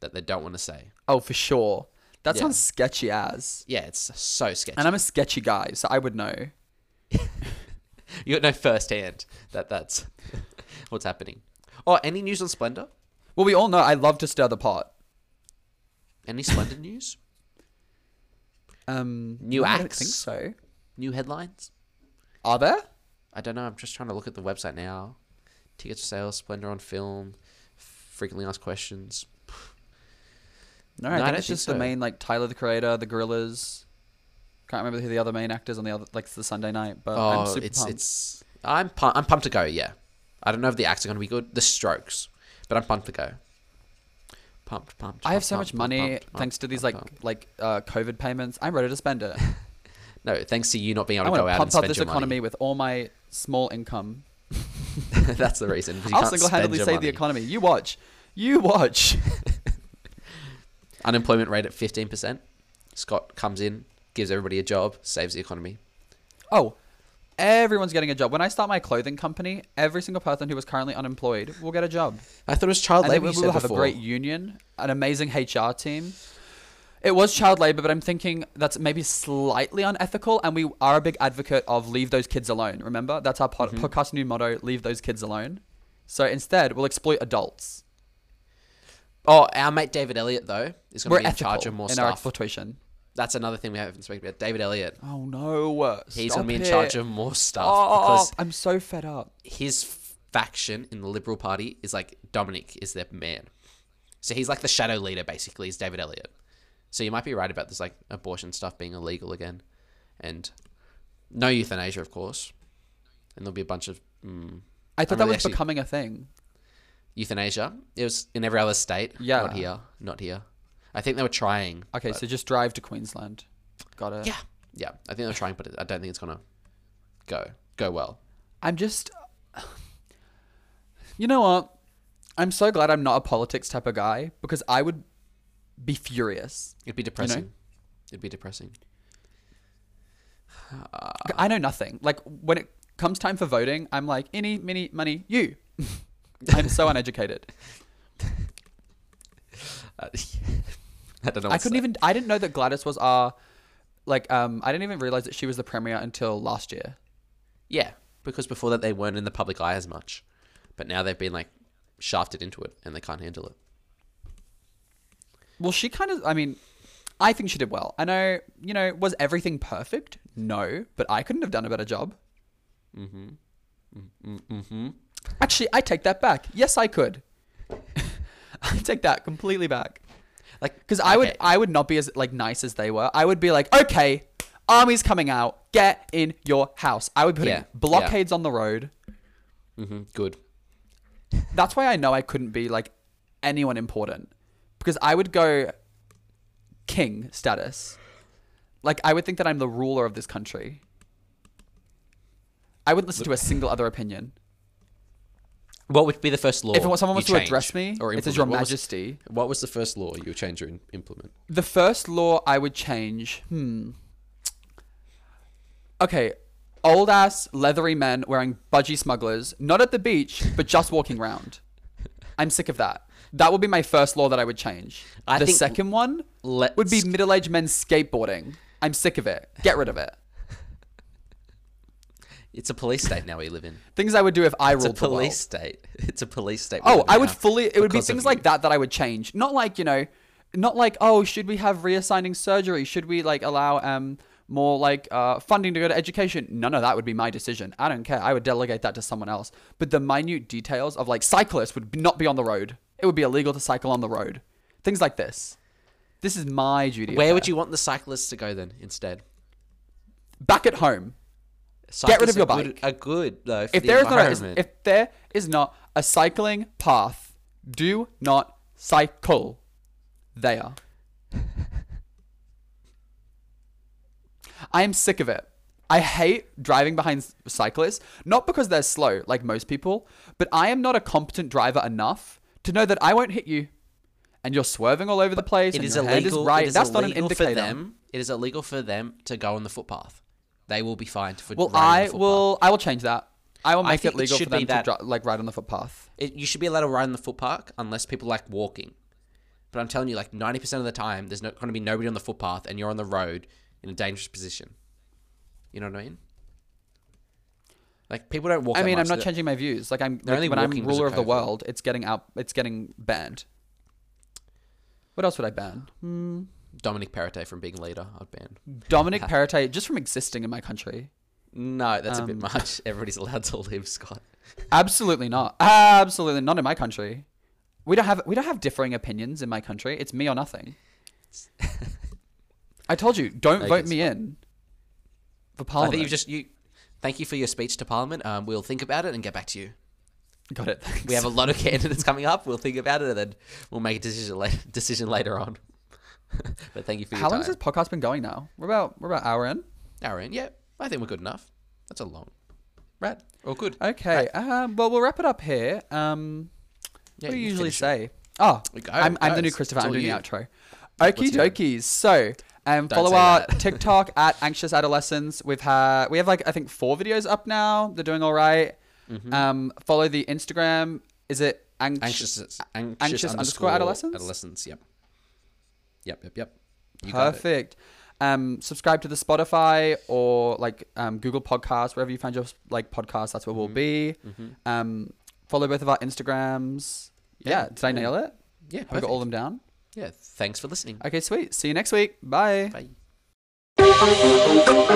S2: that they don't want to say.
S1: oh, for sure. That
S2: Yeah.
S1: sounds sketchy as.
S2: Yeah, it's so sketchy.
S1: And I'm a sketchy guy, so I would know.
S2: you know firsthand that that's what's happening. Oh, any news on Splendor?
S1: Well, we all know I love to stir the pot.
S2: Any Splendor news?
S1: Um,
S2: New
S1: no, I don't
S2: acts?
S1: think so.
S2: New headlines?
S1: Are there?
S2: I don't know. I'm just trying to look at the website now. Tickets for sale, Splendor on film, frequently asked questions.
S1: No,
S2: No,
S1: I
S2: I
S1: think
S2: don't
S1: it's
S2: think
S1: just the
S2: so.
S1: main like Tyler the Creator, the Gorillas. Can't remember who the other main actors on the other like the Sunday night, but
S2: Oh,
S1: I'm super
S2: it's
S1: pumped.
S2: it's. I'm pu- I'm pumped to go. Yeah, I don't know if the acts are going to be good. The Strokes, but I'm pumped to go. Pumped, pumped.
S1: I have
S2: pumped,
S1: so much
S2: pumped,
S1: money
S2: pumped, pumped,
S1: thanks to
S2: pumped,
S1: these like
S2: pumped.
S1: like uh, COVID payments. I'm ready to spend it.
S2: No, thanks to you not being
S1: I
S2: able
S1: want
S2: to go
S1: to
S2: out and
S1: pump up
S2: spend
S1: this
S2: your
S1: economy
S2: money.
S1: with all my small income.
S2: That's the reason. 'cause you
S1: I'll
S2: can't
S1: single-handedly
S2: spend your
S1: save the
S2: money.
S1: economy. You watch, you watch.
S2: Unemployment rate at fifteen percent. Scott comes in, gives everybody a job, saves the economy.
S1: Oh, everyone's getting a job. When I start my clothing company, every single person who is currently unemployed will get a job.
S2: I thought it was child
S1: And then
S2: labor.
S1: we
S2: you
S1: will
S2: said
S1: have
S2: before.
S1: a great union, an amazing HR team. It was child labor, but I'm thinking that's maybe slightly unethical. And we are a big advocate of leave those kids alone. Remember, that's our
S2: Mm-hmm.
S1: pod- podcast new motto: leave those kids alone. So instead, we'll exploit adults.
S2: Oh, our mate David Elliott though is going
S1: We're
S2: to be in charge
S1: ethical
S2: of more
S1: in our
S2: stuff.
S1: exploitation.
S2: That's another thing we haven't spoken about. David Elliott.
S1: Oh no!
S2: He's
S1: Stop
S2: going to be in
S1: it.
S2: charge of more stuff
S1: Stop.
S2: because
S1: I'm so fed up.
S2: his faction in the Liberal Party is like Dominic is their man. So he's like the shadow leader basically. Is David Elliott. So you might be right about this like abortion stuff being illegal again, and no euthanasia of course, and there'll be a bunch of mm,
S1: I thought that
S2: I'm really
S1: was
S2: actually-
S1: becoming a thing.
S2: euthanasia. It was in every other state.
S1: Yeah.
S2: Not here. Not here. I think they were trying.
S1: Okay, so just drive to Queensland. Got it.
S2: Yeah, yeah. I think they're trying, but I don't think it's gonna go go well.
S1: I'm just You know what? I'm so glad I'm not a politics type of guy because I would be furious.
S2: It'd be depressing. It'd be depressing.
S1: I know nothing. Like when it comes time for voting, I'm like, any, mini, money, you. I'm so uneducated.
S2: Uh, I don't know.
S1: I couldn't
S2: what to say.
S1: even. I didn't know that Gladys was our. Like, um, I didn't even realize that she was the premier until last year.
S2: Yeah, because before that they weren't in the public eye as much, but now they've been like shafted into it and they can't handle it.
S1: Well, she kind of. I mean, I think she did well. I know. You know, was everything perfect? No, but I couldn't have done a better job. Mm-hmm. Mm-hmm. Actually, I take that back. Yes, I could. I take that completely back.
S2: Like,
S1: Because I would,
S2: okay,
S1: I would not be as like nice as they were. I would be like, okay, army's coming out. Get in your house. I would put
S2: Yeah, yeah.
S1: blockades on the road.
S2: mhm, good.
S1: That's why I know I couldn't be like anyone important because I would go king status. Like I would think that I'm the ruler of this country. I would listen to a single other opinion.
S2: What would be the first law?
S1: If it was- someone
S2: you
S1: was to address me,
S2: changed
S1: it says Your
S2: implement? What was-
S1: Majesty.
S2: What was the first law you would change or in- implement?
S1: The first law I would change. Hmm. Okay. Old ass leathery men wearing budgie smugglers, not at the beach, but just walking round. I'm sick of that. That would be my first law that I would change.
S2: I
S1: the
S2: think-
S1: second one
S2: Let's-
S1: would be middle aged men skateboarding. I'm sick of it. Get rid of it.
S2: It's a police state now we live in.
S1: Things I would do if I
S2: It's a
S1: ruled the world.
S2: police state. It's a police state. we
S1: Oh,
S2: live in
S1: I would
S2: now
S1: fully. It would be
S2: because of
S1: things
S2: you.
S1: like that that I would change. Not like you know, not like oh, should we have reassigning surgery? Should we like allow um more like uh funding to go to education? None of that would be my decision. I don't care. I would delegate that to someone else. But the minute details of like cyclists would not be on the road. It would be illegal to cycle on the road. Things like this. This is my duty.
S2: Where
S1: of
S2: would
S1: care.
S2: you want the cyclists to go then instead?
S1: back at home?
S2: Cyclists
S1: rid of your
S2: are good, Are good though. For
S1: If
S2: the
S1: there is not
S2: environment.
S1: a, if there is not a cycling path, do not cycle there. I am sick of it. I hate driving behind s- cyclists, not because they're slow like most people, but I am not a competent driver enough to know that I won't hit you. And you're swerving all over the place.
S2: it
S1: and
S2: is
S1: your hand is
S2: illegal.
S1: right.
S2: It is
S1: That's not an
S2: illegal
S1: indicator.
S2: for them. It is illegal for them to go on the footpath. They will be fined for.
S1: Well,
S2: riding on
S1: I
S2: the footpath.
S1: will. I will change that. I will
S2: I
S1: make
S2: think
S1: it
S2: it
S1: legal
S2: should
S1: for
S2: be
S1: them
S2: that-
S1: to dri- like ride on the footpath.
S2: It, you should be allowed to ride in the footpath unless people like walking. But I'm telling you, like 90% of the time, there's not going to be nobody on the footpath, and you're on the road in a dangerous position. You know what I mean? Like people don't walk.
S1: I
S2: that
S1: mean, I'm
S2: much.
S1: not
S2: They-
S1: changing my views. Like I'm like,
S2: only
S1: when I'm
S2: walking because
S1: ruler
S2: of
S1: of the
S2: COVID.
S1: world, it's getting out. It's getting banned. What else would I ban? Hmm.
S2: Dominic Perrottet from being leader. I'd ban.
S1: Dominic Perrottet, just from existing in my country.
S2: No, that's a bit
S1: Um,
S2: much. Everybody's allowed to leave, Scott.
S1: Absolutely not. Absolutely not in my country. We don't have we don't have differing opinions in my country. It's me or nothing. I told you, don't
S2: No, you
S1: vote
S2: can
S1: me in for
S2: I
S1: parliament.
S2: think you've just you. Thank you for your speech to Parliament. Um, we'll think about it and get back to you.
S1: got it. Thanks.
S2: We have a lot of candidates coming up. We'll think about it and then we'll make a decision later, decision later on. but thank you for your
S1: How long has
S2: time.
S1: this podcast been going now? We're about we're about hour in.
S2: Hour in, yeah. I think we're good enough. That's a long. Right. All good.
S1: Okay. Um, well, we'll wrap it up here. Um,
S2: Yeah,
S1: what do you
S2: you
S1: usually
S2: finish
S1: say?
S2: it.
S1: Oh,
S2: We go,
S1: I'm, I'm
S2: guys.
S1: the new Christopher.
S2: It's
S1: I'm
S2: all
S1: doing the
S2: you.
S1: outro. Okie
S2: your-
S1: dokies. So, um,
S2: Don't
S1: follow
S2: say
S1: our
S2: that.
S1: TikTok at Anxious Adolescents. We've had we have like I think four videos up now. They're doing all right.
S2: Mm-hmm.
S1: Um, follow the Instagram. Is it anxious?
S2: Anxious, anxious,
S1: Anxious underscore adolescence?
S2: Adolescence, yep. Yep, yep, yep. You got it.
S1: Perfect. Um, subscribe to the Spotify or like um, Google Podcast, wherever you find your like podcast. That's where
S2: Mm-hmm.
S1: we'll be. Um, follow both of our Instagrams. Yeah. Did I nail it?
S2: Yeah,
S1: Have I got all
S2: perfect.
S1: of them down?
S2: Yeah, thanks for listening.
S1: Okay, sweet. See you next week. Bye.
S2: Bye.